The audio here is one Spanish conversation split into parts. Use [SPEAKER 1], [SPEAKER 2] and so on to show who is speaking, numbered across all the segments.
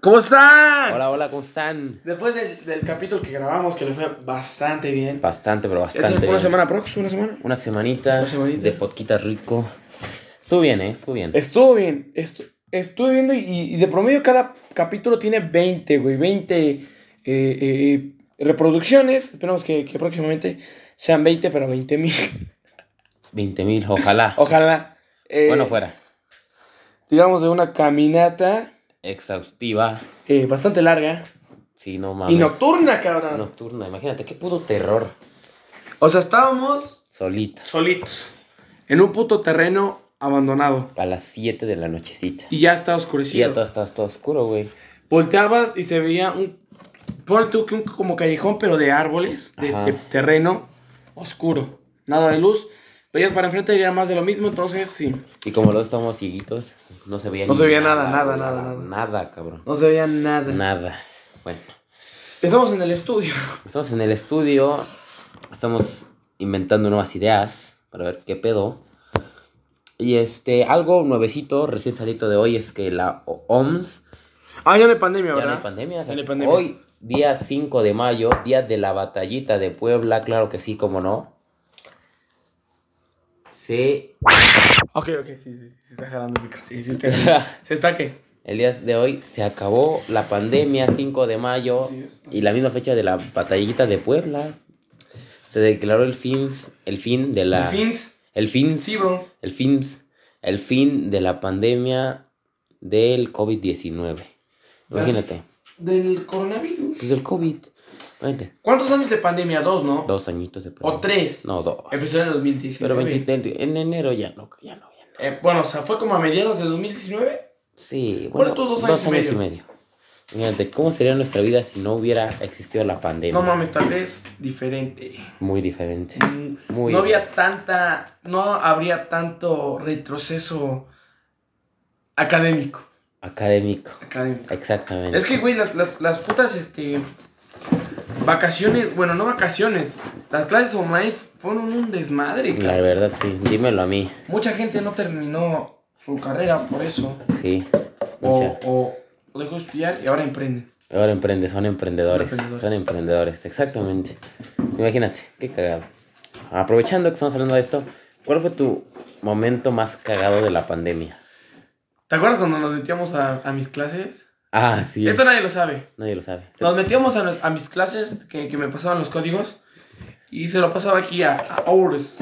[SPEAKER 1] ¿Cómo están?
[SPEAKER 2] Hola, hola, ¿cómo están?
[SPEAKER 1] Después del, del capítulo que grabamos, que le fue bastante bien.
[SPEAKER 2] Bastante, pero
[SPEAKER 1] Ya tiene
[SPEAKER 2] bastante.
[SPEAKER 1] como una
[SPEAKER 2] bien.
[SPEAKER 1] semana prox, una semana.
[SPEAKER 2] Una semanita,
[SPEAKER 1] Una semanita.
[SPEAKER 2] de podquita rico. Estuvo bien, ¿eh? Estuvo bien.
[SPEAKER 1] Estuvo bien, estu- estuve viendo y, y de promedio cada capítulo tiene 20, güey, 20 eh, eh, eh, reproducciones. Esperamos que, que próximamente sean 20, pero 20 mil.
[SPEAKER 2] 20 mil, ojalá.
[SPEAKER 1] Ojalá. eh,
[SPEAKER 2] Bueno, fuera.
[SPEAKER 1] Digamos de una caminata
[SPEAKER 2] Exhaustiva.
[SPEAKER 1] eh, bastante larga
[SPEAKER 2] Sí, no
[SPEAKER 1] y
[SPEAKER 2] mames.
[SPEAKER 1] nocturna, cabrón.
[SPEAKER 2] Nocturna, imagínate, qué puto terror.
[SPEAKER 1] O sea, estábamos
[SPEAKER 2] Solito.
[SPEAKER 1] solitos en un puto terreno abandonado.
[SPEAKER 2] A las 7 de la nochecita.
[SPEAKER 1] Y ya está
[SPEAKER 2] Y ya
[SPEAKER 1] oscurecido.
[SPEAKER 2] todo está todo oscuro, güey.
[SPEAKER 1] Volteabas y se veía un. Pon tú que un como callejón, pero de árboles, de,
[SPEAKER 2] Ajá.
[SPEAKER 1] de terreno oscuro. Nada de luz. Veías para enfrente y era más de lo mismo, entonces sí.
[SPEAKER 2] Y como los estamos cieguitos, pues, no se veía
[SPEAKER 1] No
[SPEAKER 2] ni
[SPEAKER 1] se veía nada, nada,
[SPEAKER 2] güey,
[SPEAKER 1] nada,
[SPEAKER 2] Nada, cabrón.
[SPEAKER 1] No se veía nada.
[SPEAKER 2] Nada. Bueno,
[SPEAKER 1] Estamos en el estudio.
[SPEAKER 2] estamos en el estudio. Estamos inventando nuevas ideas para ver qué pedo. Y este, algo nuevecito, recién salido de hoy, es que la O- OMS,
[SPEAKER 1] Ah, ya no hay pandemia,
[SPEAKER 2] ya no
[SPEAKER 1] ¿verdad?
[SPEAKER 2] hay pandemia, o sea,
[SPEAKER 1] Ya no hay pandemia.
[SPEAKER 2] hoy, día 5 de mayo, día de la batallita de Puebla, claro que sí, como no, se
[SPEAKER 1] Ok, ok, sí, sí, sí, se está jalando el micro. Sí, sí, está jalando. ¿Se está qué?
[SPEAKER 2] El día de hoy se acabó la pandemia 5 de mayo
[SPEAKER 1] Sí,
[SPEAKER 2] y la misma fecha de la batallita de Puebla. Se declaró el fin, el fin de la...
[SPEAKER 1] ¿El fins?
[SPEAKER 2] El fin,
[SPEAKER 1] Sí, bro.
[SPEAKER 2] el fin, el fin de la pandemia del COVID-19.
[SPEAKER 1] Pues,
[SPEAKER 2] Imagínate,
[SPEAKER 1] Del coronavirus.
[SPEAKER 2] pues el COVID. Imagínate,
[SPEAKER 1] ¿Cuántos años de pandemia? ¿Dos, no?
[SPEAKER 2] dos añitos de
[SPEAKER 1] ¿O
[SPEAKER 2] pandemia.
[SPEAKER 1] tres?
[SPEAKER 2] No, dos.
[SPEAKER 1] Empezó en el 2019.
[SPEAKER 2] Pero 20 en enero ya no, ya no, ya no.
[SPEAKER 1] Eh, bueno, o sea, fue como a mediados de 2019.
[SPEAKER 2] Sí,
[SPEAKER 1] Ponle
[SPEAKER 2] bueno,
[SPEAKER 1] tú
[SPEAKER 2] dos años, y, medio. Imagínate, ¿cómo sería nuestra vida si no hubiera existido la pandemia?
[SPEAKER 1] No mames, tal vez diferente.
[SPEAKER 2] Muy diferente.
[SPEAKER 1] Mm,
[SPEAKER 2] Muy
[SPEAKER 1] no había tanta, no habría tanto retroceso académico.
[SPEAKER 2] académico.
[SPEAKER 1] académico.
[SPEAKER 2] Exactamente.
[SPEAKER 1] Es que, güey, las, las, las putas, este, vacaciones, bueno, no vacaciones, las clases online fueron un desmadre.
[SPEAKER 2] La
[SPEAKER 1] cabrón.
[SPEAKER 2] verdad, sí. Dímelo a mí.
[SPEAKER 1] Mucha gente no terminó su carrera por eso,
[SPEAKER 2] Sí.
[SPEAKER 1] o,
[SPEAKER 2] Mucha.
[SPEAKER 1] o, o dejó de estudiar y ahora emprenden.
[SPEAKER 2] Ahora emprende, son emprendedores.
[SPEAKER 1] Son emprendedores.
[SPEAKER 2] Son emprendedores. Exactamente. Imagínate, qué cagado. Aprovechando que estamos hablando de esto, ¿cuál fue tu momento más cagado de la pandemia?
[SPEAKER 1] ¿Te acuerdas cuando nos metíamos a, a mis clases?
[SPEAKER 2] Ah, sí.
[SPEAKER 1] Esto nadie lo sabe.
[SPEAKER 2] Nadie lo sabe.
[SPEAKER 1] Nos metíamos a, nos- a mis clases que, que me pasaban los códigos y se lo pasaba aquí a, a Aures.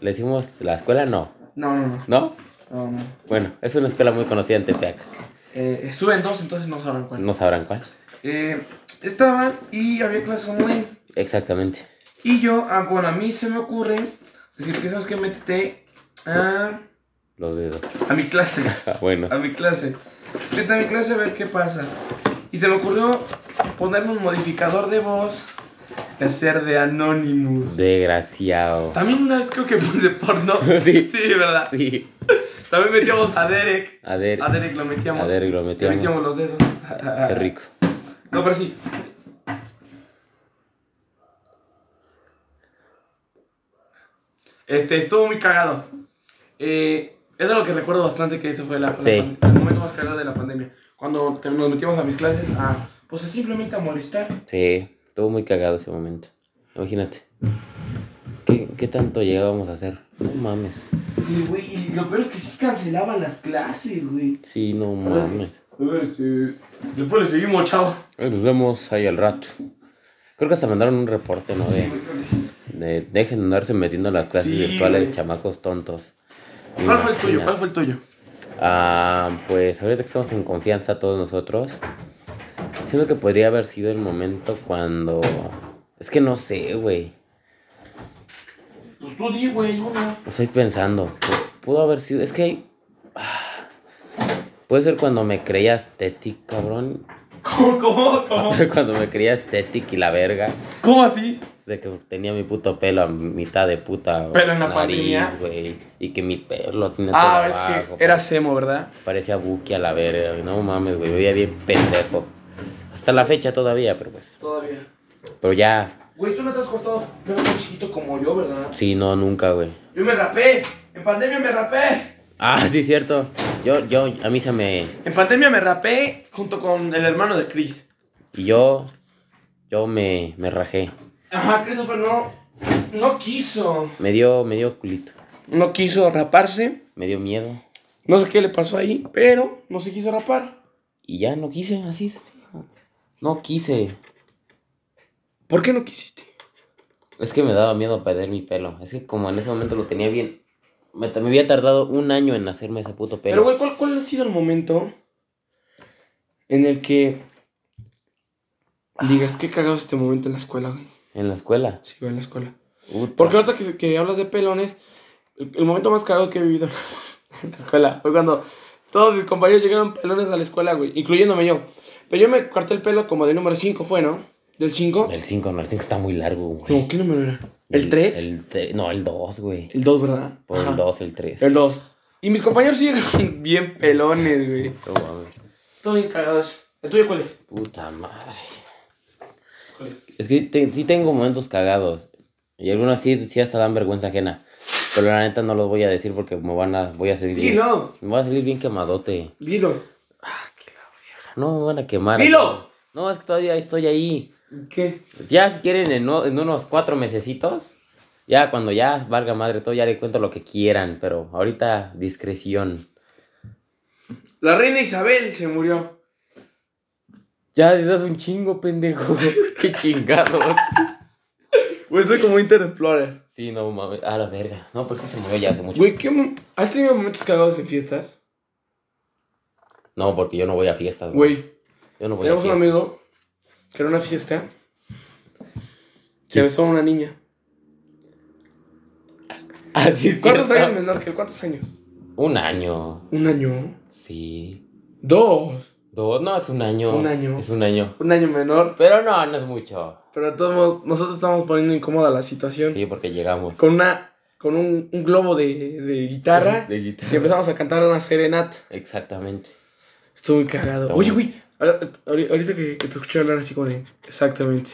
[SPEAKER 2] ¿Le decimos la escuela? No.
[SPEAKER 1] No, no, no.
[SPEAKER 2] ¿No?
[SPEAKER 1] no, no.
[SPEAKER 2] Bueno, es una escuela muy conocida en Tepeac.
[SPEAKER 1] Eh, estuve en dos, entonces no saben cuál.
[SPEAKER 2] No sabrán cuál.
[SPEAKER 1] Eh, estaba y había clases online.
[SPEAKER 2] Exactamente.
[SPEAKER 1] Y yo, ah, bueno, a mí se me ocurre decir que sabes que métete a,
[SPEAKER 2] Los dedos.
[SPEAKER 1] a mi clase.
[SPEAKER 2] Ah, bueno.
[SPEAKER 1] A mi clase. Métete a mi clase a ver qué pasa. Y se me ocurrió ponerme un modificador de voz y hacer de Anonymous.
[SPEAKER 2] Desgraciado.
[SPEAKER 1] También una vez creo que puse porno.
[SPEAKER 2] Sí.
[SPEAKER 1] Sí, verdad.
[SPEAKER 2] Sí.
[SPEAKER 1] También metíamos a Derek.
[SPEAKER 2] A ver.
[SPEAKER 1] A Derek lo metíamos.
[SPEAKER 2] A ver, y lo
[SPEAKER 1] Le
[SPEAKER 2] metíamos.
[SPEAKER 1] metíamos los dedos.
[SPEAKER 2] Qué rico.
[SPEAKER 1] No, pero sí. Este, estuvo muy cagado. Eh, es de lo que recuerdo bastante que eso fue la, la
[SPEAKER 2] Sí.
[SPEAKER 1] pande- el momento más cagado de la pandemia. Cuando te- nos metíamos a mis clases a, pues simplemente a molestar.
[SPEAKER 2] Sí, estuvo muy cagado ese momento. Imagínate. ¿Qué, qué tanto llegábamos a hacer? No mames.
[SPEAKER 1] Y, güey, y lo peor es que sí cancelaban las clases, güey.
[SPEAKER 2] Sí, no mames.
[SPEAKER 1] A ver, este, después le seguimos, chavo.
[SPEAKER 2] Ay, nos vemos ahí al rato. Creo que hasta mandaron un reporte, ¿no? eh.
[SPEAKER 1] Sí,
[SPEAKER 2] De,
[SPEAKER 1] güey, creo que sí.
[SPEAKER 2] de dejen de andarse metiendo en las clases
[SPEAKER 1] Sí,
[SPEAKER 2] virtuales,
[SPEAKER 1] güey.
[SPEAKER 2] chamacos tontos.
[SPEAKER 1] ¿Cuál fue el tuyo?
[SPEAKER 2] Imagina.
[SPEAKER 1] ¿Cuál fue el tuyo?
[SPEAKER 2] Ah, pues ahorita que estamos en confianza todos nosotros, siento que podría haber sido el momento cuando... Es que no sé, güey.
[SPEAKER 1] Pues tú di, güey, uno.
[SPEAKER 2] Estoy pensando. pu- Pudo haber sido. Es que hay. ah, Puede ser cuando me creía estético, cabrón.
[SPEAKER 1] ¿Cómo, cómo, cómo?
[SPEAKER 2] Cuando me creía estético y la verga.
[SPEAKER 1] ¿Cómo así?
[SPEAKER 2] De que tenía mi puto pelo a mitad de puta
[SPEAKER 1] Pero en la pandemia.
[SPEAKER 2] güey. Y que mi pelo tiene
[SPEAKER 1] Ah,
[SPEAKER 2] todo
[SPEAKER 1] es
[SPEAKER 2] abajo,
[SPEAKER 1] que era Semo, ¿verdad?
[SPEAKER 2] Parecía buque a la verga. güey, No mames, güey. me Veía bien pendejo. Hasta la fecha todavía, pero pues.
[SPEAKER 1] Todavía.
[SPEAKER 2] Pero ya.
[SPEAKER 1] Güey, tú no te has cortado pelo tan chiquito como yo, ¿verdad?
[SPEAKER 2] Sí, no, nunca, güey.
[SPEAKER 1] Yo me rapé. En pandemia me rapé.
[SPEAKER 2] Ah, sí, cierto. Yo, yo, a mí se me.
[SPEAKER 1] En pandemia me rapé junto con el hermano de Chris.
[SPEAKER 2] Y yo. Yo me, me rajé.
[SPEAKER 1] Ajá, Christopher no, no quiso.
[SPEAKER 2] Me dio, me dio culito.
[SPEAKER 1] No quiso raparse.
[SPEAKER 2] Me dio miedo.
[SPEAKER 1] No sé qué le pasó ahí, pero no se quiso rapar.
[SPEAKER 2] Y ya no quise, así es. No quise.
[SPEAKER 1] ¿Por qué no quisiste?
[SPEAKER 2] Es que me daba miedo perder mi pelo. Es que como en ese momento lo tenía bien. Me, me había tardado un año en hacerme ese puto
[SPEAKER 1] Pero,
[SPEAKER 2] pelo.
[SPEAKER 1] güey, ¿cuál, ¿cuál ha sido el momento en el que digas, qué cagado este momento en la escuela, güey?
[SPEAKER 2] en la escuela.
[SPEAKER 1] Sí, güey, en la escuela.
[SPEAKER 2] Puta.
[SPEAKER 1] Porque ahorita que, que hablas de pelones, el, el momento más cagado que he vivido en la escuela fue cuando todos mis compañeros llegaron pelones a la escuela, güey, incluyéndome yo. Pero yo me corté el pelo como del número 5 fue, ¿no? ¿Del 5?
[SPEAKER 2] El 5, no, el 5 está muy largo, güey.
[SPEAKER 1] No, ¿qué número era? ¿El 3?
[SPEAKER 2] El tre- No, el 2, güey.
[SPEAKER 1] El 2, ¿verdad?
[SPEAKER 2] Por el
[SPEAKER 1] Ajá.
[SPEAKER 2] 2, el 3.
[SPEAKER 1] El 2. Y mis compañeros sí llegaron bien pelones, güey. Todos bien cagados. ¿El tuyo cuál es?
[SPEAKER 2] Puta madre. Es que te- sí tengo momentos cagados. Y algunos sí, sí hasta dan vergüenza ajena. Pero la neta no los voy a decir porque me van a. Voy a salir bien.
[SPEAKER 1] Dilo,
[SPEAKER 2] Me voy a salir bien quemadote.
[SPEAKER 1] dilo.
[SPEAKER 2] No me van a quemar.
[SPEAKER 1] ¡Dilo!
[SPEAKER 2] No, es que todavía estoy ahí. Pues
[SPEAKER 1] ¿Qué?
[SPEAKER 2] Ya si quieren en, o- en unos cuatro mesecitos. Ya cuando ya valga madre todo, ya le cuento lo que quieran. Pero ahorita discreción.
[SPEAKER 1] La reina Isabel se murió.
[SPEAKER 2] Ya les das un chingo, pendejo. Qué chingados.
[SPEAKER 1] Güey, soy como Inter Explorer.
[SPEAKER 2] Sí, no mames. A la verga. No, pues sí se murió ya hace mucho.
[SPEAKER 1] Güey, ¿qué mo- ¿has tenido momentos cagados en fiestas?
[SPEAKER 2] No, porque yo no voy a fiestas, güey.
[SPEAKER 1] Güey,
[SPEAKER 2] Yo no voy a
[SPEAKER 1] tenemos un
[SPEAKER 2] fiestas.
[SPEAKER 1] amigo que era una fiesta. Se besó a una niña.
[SPEAKER 2] Así es
[SPEAKER 1] ¿Cuántos
[SPEAKER 2] cierto.
[SPEAKER 1] años menor que él? ¿Cuántos años?
[SPEAKER 2] Un año.
[SPEAKER 1] Un año.
[SPEAKER 2] Sí.
[SPEAKER 1] Dos.
[SPEAKER 2] Dos, no, es un año.
[SPEAKER 1] Un año.
[SPEAKER 2] Es un año.
[SPEAKER 1] Un año menor.
[SPEAKER 2] Pero no, no es mucho.
[SPEAKER 1] Pero de todos modos, nosotros estamos poniendo incómoda la situación.
[SPEAKER 2] Sí, porque llegamos.
[SPEAKER 1] Con una. Con un, un globo de, de guitarra.
[SPEAKER 2] De guitarra.
[SPEAKER 1] Y empezamos a cantar una serenata.
[SPEAKER 2] Exactamente.
[SPEAKER 1] Estuvo muy cagado.
[SPEAKER 2] Está
[SPEAKER 1] Oye,
[SPEAKER 2] bueno.
[SPEAKER 1] güey. ahora- ahori- Ahorita que, que te escuché hablar así como de. Exactamente.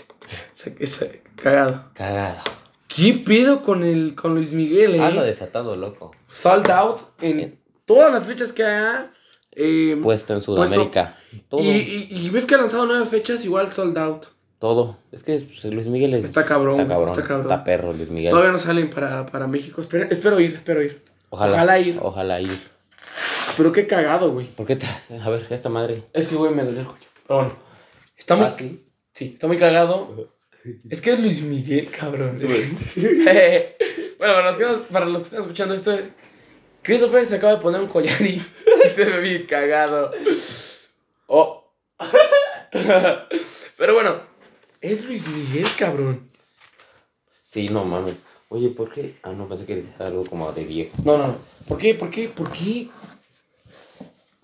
[SPEAKER 1] Esa- esa- cagado.
[SPEAKER 2] Cagado.
[SPEAKER 1] ¿Qué pedo con el con Luis Miguel, eh?
[SPEAKER 2] Ando Ah, desatado, loco.
[SPEAKER 1] Sold out en todas las fechas que ha eh,
[SPEAKER 2] Puesto en Sudamérica. Pues, Todo.
[SPEAKER 1] y, y- y ves que ha lanzado nuevas fechas, igual sold out.
[SPEAKER 2] Todo. Es que pues, Luis Miguel es-
[SPEAKER 1] Está cabrón,
[SPEAKER 2] Está cabrón.
[SPEAKER 1] está cabrón.
[SPEAKER 2] Está perro, Luis Miguel.
[SPEAKER 1] Todavía no salen para, para México. Espero, espero ir, espero ir.
[SPEAKER 2] Ojalá,
[SPEAKER 1] ojalá ir.
[SPEAKER 2] Ojalá ir.
[SPEAKER 1] Pero qué cagado, güey.
[SPEAKER 2] ¿Por qué te hace- A ver, esta madre.
[SPEAKER 1] Es que, güey, me dolió el cuello. Pero bueno. Está muy,
[SPEAKER 2] Ah, sí.
[SPEAKER 1] Sí, está muy cagado. Es que es Luis Miguel, cabrón. bueno, para los, que nos- para los que están escuchando esto, Christopher se acaba de poner un collar y se ve bien cagado. Oh. Pero bueno, es Luis Miguel, cabrón.
[SPEAKER 2] Sí, no mames. Oye, ¿por qué? Ah, no, pensé que era algo como de viejo.
[SPEAKER 1] No, no, no. ¿Por qué? ¿Por qué? ¿Por qué?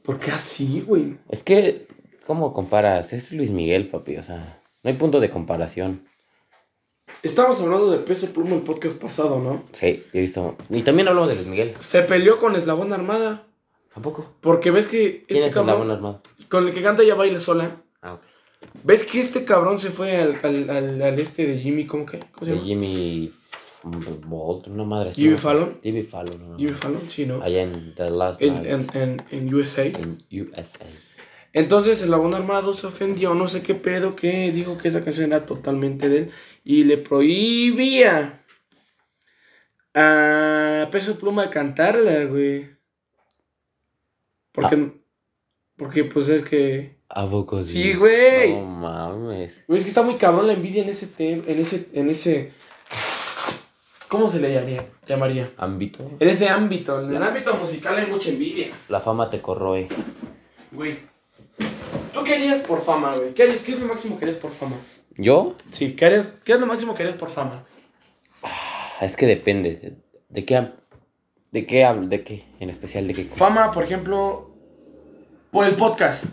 [SPEAKER 1] ¿Por qué así, güey?
[SPEAKER 2] Es que, ¿cómo comparas? Es Luis Miguel, papi, o sea, no hay punto de comparación.
[SPEAKER 1] Estábamos hablando de peso pluma el podcast pasado, ¿no?
[SPEAKER 2] Sí, he visto. Y también hablamos de Luis Miguel.
[SPEAKER 1] Se peleó con Eslabón Armada.
[SPEAKER 2] ¿Tampoco?
[SPEAKER 1] Porque ves que
[SPEAKER 2] ¿Quién
[SPEAKER 1] este
[SPEAKER 2] es la
[SPEAKER 1] cabrón
[SPEAKER 2] buena armada?
[SPEAKER 1] con el que canta ya baila sola.
[SPEAKER 2] Ah, ok.
[SPEAKER 1] ¿Ves que este cabrón se fue al, al, al, al este de Jimmy? ¿Cómo que? ¿Cómo se
[SPEAKER 2] De
[SPEAKER 1] llama?
[SPEAKER 2] Jimmy Bolt, una madre. así,
[SPEAKER 1] Pues Jimmy
[SPEAKER 2] ¿no?
[SPEAKER 1] Fallon.
[SPEAKER 2] Jimmy Fallon, una
[SPEAKER 1] Jimmy
[SPEAKER 2] madre.
[SPEAKER 1] Fallon, sí, ¿no?
[SPEAKER 2] Allá en The Last
[SPEAKER 1] En,
[SPEAKER 2] Night
[SPEAKER 1] en, en, en USA.
[SPEAKER 2] en USA.
[SPEAKER 1] Entonces el abón armado se ofendió, no sé qué pedo, que dijo que esa canción era totalmente de él y le prohibía a Peso Pluma cantarla, güey. Porque, porque pues es que...
[SPEAKER 2] ¿A poco Ah. Pues sí?
[SPEAKER 1] Sí, güey.
[SPEAKER 2] No mames.
[SPEAKER 1] Güey, es que está muy cabrón la envidia en ese tema, en ese, en ese... ¿Cómo se le llamaría? llamaría?
[SPEAKER 2] Ámbito.
[SPEAKER 1] En ese ámbito, en el ámbito musical hay mucha envidia,
[SPEAKER 2] La fama te corroe.
[SPEAKER 1] güey. ¿Tú qué harías por fama, güey? ¿Qué, harías- qué es lo máximo que harías por fama?
[SPEAKER 2] ¿Yo?
[SPEAKER 1] Sí, ¿qué, harías- qué es lo máximo que harías por fama?
[SPEAKER 2] Es que depende. ¿De qué hab- ¿De qué hablo? ¿De qué? En especial, ¿de qué?
[SPEAKER 1] Fama, por ejemplo, por el podcast.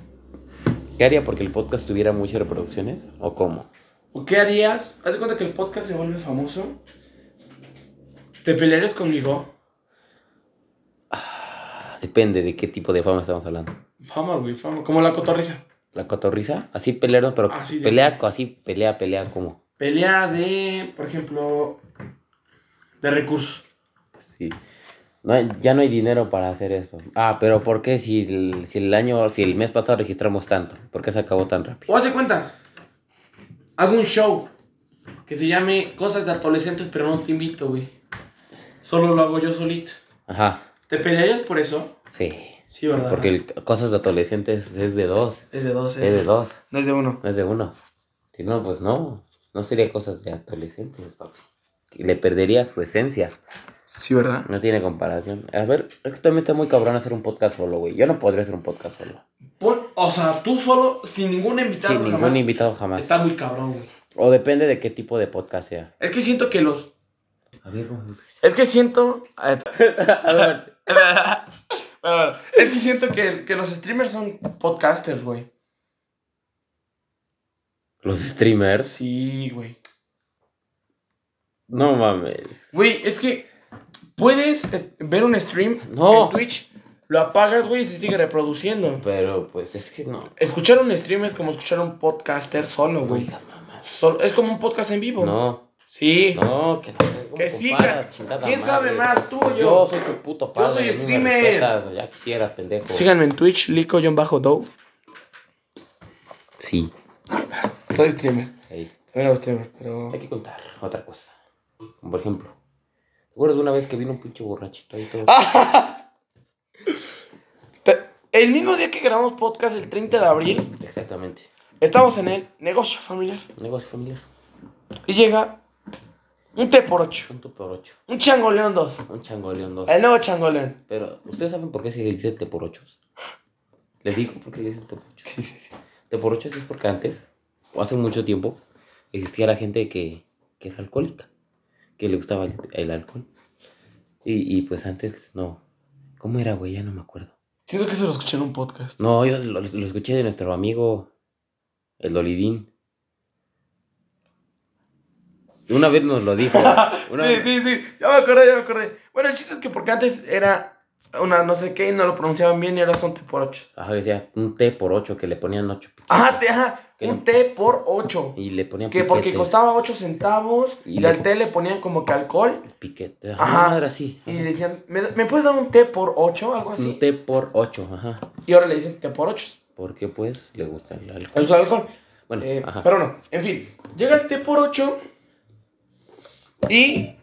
[SPEAKER 2] ¿Qué haría porque el podcast tuviera muchas reproducciones? ¿O cómo?
[SPEAKER 1] ¿O qué harías? Haz de cuenta que el podcast se vuelve famoso. ¿Te pelearías conmigo?
[SPEAKER 2] Ah, Depende de qué tipo de fama estamos hablando.
[SPEAKER 1] Fama, güey, fama. Como la cotorriza.
[SPEAKER 2] ¿La cotorriza? Así pelearon, pero
[SPEAKER 1] Así de-
[SPEAKER 2] pelea, co- así pelea, pelea, ¿cómo?
[SPEAKER 1] Pelea de, por ejemplo, de recursos.
[SPEAKER 2] Sí. No hay- ya no hay dinero para hacer eso. Ah, pero ¿por qué si el, si el año, si el mes pasado registramos tanto? ¿Por qué se acabó tan rápido?
[SPEAKER 1] O hace cuenta, hago un show que se llame Cosas de Adolescentes, pero no te invito, güey. Solo lo hago yo solito.
[SPEAKER 2] Ajá,
[SPEAKER 1] ¿Te pelearías por eso?
[SPEAKER 2] sí.
[SPEAKER 1] Sí, ¿verdad?
[SPEAKER 2] Porque el- cosas de adolescentes es de dos.
[SPEAKER 1] Es de ¿eh? 12.
[SPEAKER 2] Es de dos,
[SPEAKER 1] No es de uno.
[SPEAKER 2] no es de uno. Si no, pues no. No sería cosas de adolescentes, papi. Y le perdería su esencia.
[SPEAKER 1] Sí, ¿verdad?
[SPEAKER 2] No tiene comparación. A ver, es que también está muy cabrón hacer un podcast solo, güey. Yo no podría hacer un podcast solo.
[SPEAKER 1] Pon- o sea, tú solo, sin ningún invitado
[SPEAKER 2] Sin ningún
[SPEAKER 1] jamás.
[SPEAKER 2] invitado jamás.
[SPEAKER 1] Está muy cabrón, güey.
[SPEAKER 2] O depende de qué tipo de podcast sea.
[SPEAKER 1] Es que siento que los...
[SPEAKER 2] A ver,
[SPEAKER 1] Es que siento... ah, Bueno, es que siento que, que los streamers son podcasters, güey.
[SPEAKER 2] Los streamers.
[SPEAKER 1] Sí, güey.
[SPEAKER 2] No mames.
[SPEAKER 1] Güey, es que puedes eh, ver un stream
[SPEAKER 2] No.
[SPEAKER 1] en Twitch, lo apagas, güey, y se sigue reproduciendo.
[SPEAKER 2] Pero pues es que no.
[SPEAKER 1] Escuchar un stream es como escuchar un podcaster solo,
[SPEAKER 2] No
[SPEAKER 1] güey.
[SPEAKER 2] digas mamadas.
[SPEAKER 1] Solo- es como un podcast en vivo.
[SPEAKER 2] No,
[SPEAKER 1] Sí.
[SPEAKER 2] no, que no.
[SPEAKER 1] Que sí,
[SPEAKER 2] comparas,
[SPEAKER 1] que-
[SPEAKER 2] chingada
[SPEAKER 1] ¿Quién sabe más, tú o yo?
[SPEAKER 2] Yo soy tu puto
[SPEAKER 1] soy
[SPEAKER 2] padre. a mí me
[SPEAKER 1] streamer.
[SPEAKER 2] respetas, Ya quisieras, pendejo.
[SPEAKER 1] Síganme en Twitch, lico-dow.
[SPEAKER 2] Sí.
[SPEAKER 1] Soy streamer.
[SPEAKER 2] Ey,
[SPEAKER 1] También hago streamer, pero...
[SPEAKER 2] Hay que contar otra cosa. Como por ejemplo. ¿Te acuerdas de una vez que vino un pinche borrachito ahí todo?
[SPEAKER 1] Ah. Te- El mismo día que grabamos podcast, el 30 de abril,
[SPEAKER 2] Exactamente.
[SPEAKER 1] estamos en el negocio familiar.
[SPEAKER 2] Negocio familiar.
[SPEAKER 1] Y llega un T por 8,
[SPEAKER 2] Punto por ocho.
[SPEAKER 1] un changoleón 2,
[SPEAKER 2] Un changoleón dos.
[SPEAKER 1] el nuevo changoleón.
[SPEAKER 2] Pero, ¿ustedes saben por qué se le dice te por ochos? Les digo por qué le dicen te por ochos.
[SPEAKER 1] Sí, sí, sí.
[SPEAKER 2] Te por ochos es porque antes, o hace mucho tiempo, existía la gente que, que era alcohólica, que le gustaba el, el alcohol. Y, y pues antes no. ¿Cómo era, güey? Ya no me acuerdo.
[SPEAKER 1] Siento que se lo escuché en un podcast.
[SPEAKER 2] No, yo lo, lo escuché de nuestro amigo, el Dolidín. Una vez nos lo dijo. Una
[SPEAKER 1] Sí, sí, sí, ya me acordé, ya me acordé. Bueno, el chiste es que porque antes era una no sé qué y no lo pronunciaban bien y ahora son T por 8.
[SPEAKER 2] Ajá, decía, un té por ocho que le ponían ocho piquetes.
[SPEAKER 1] Ajá, te, ajá,
[SPEAKER 2] Que
[SPEAKER 1] un
[SPEAKER 2] no-
[SPEAKER 1] T por 8.
[SPEAKER 2] Y le ponían
[SPEAKER 1] Que porque
[SPEAKER 2] piquetes.
[SPEAKER 1] costaba 8 centavos
[SPEAKER 2] Y
[SPEAKER 1] y
[SPEAKER 2] le-
[SPEAKER 1] al té le ponían como que alcohol
[SPEAKER 2] Piquete.
[SPEAKER 1] Ajá.
[SPEAKER 2] Ajá. Madre, así.
[SPEAKER 1] y le decían, ¿me, me puedes dar un té por 8? Algo así.
[SPEAKER 2] Un té por 8, ajá.
[SPEAKER 1] Y ahora le dicen té por 8.
[SPEAKER 2] Porque pues le gusta el alcohol.
[SPEAKER 1] Es alcohol.
[SPEAKER 2] Bueno,
[SPEAKER 1] Eh,
[SPEAKER 2] ajá.
[SPEAKER 1] pero no, en fin, llega el té por 8 y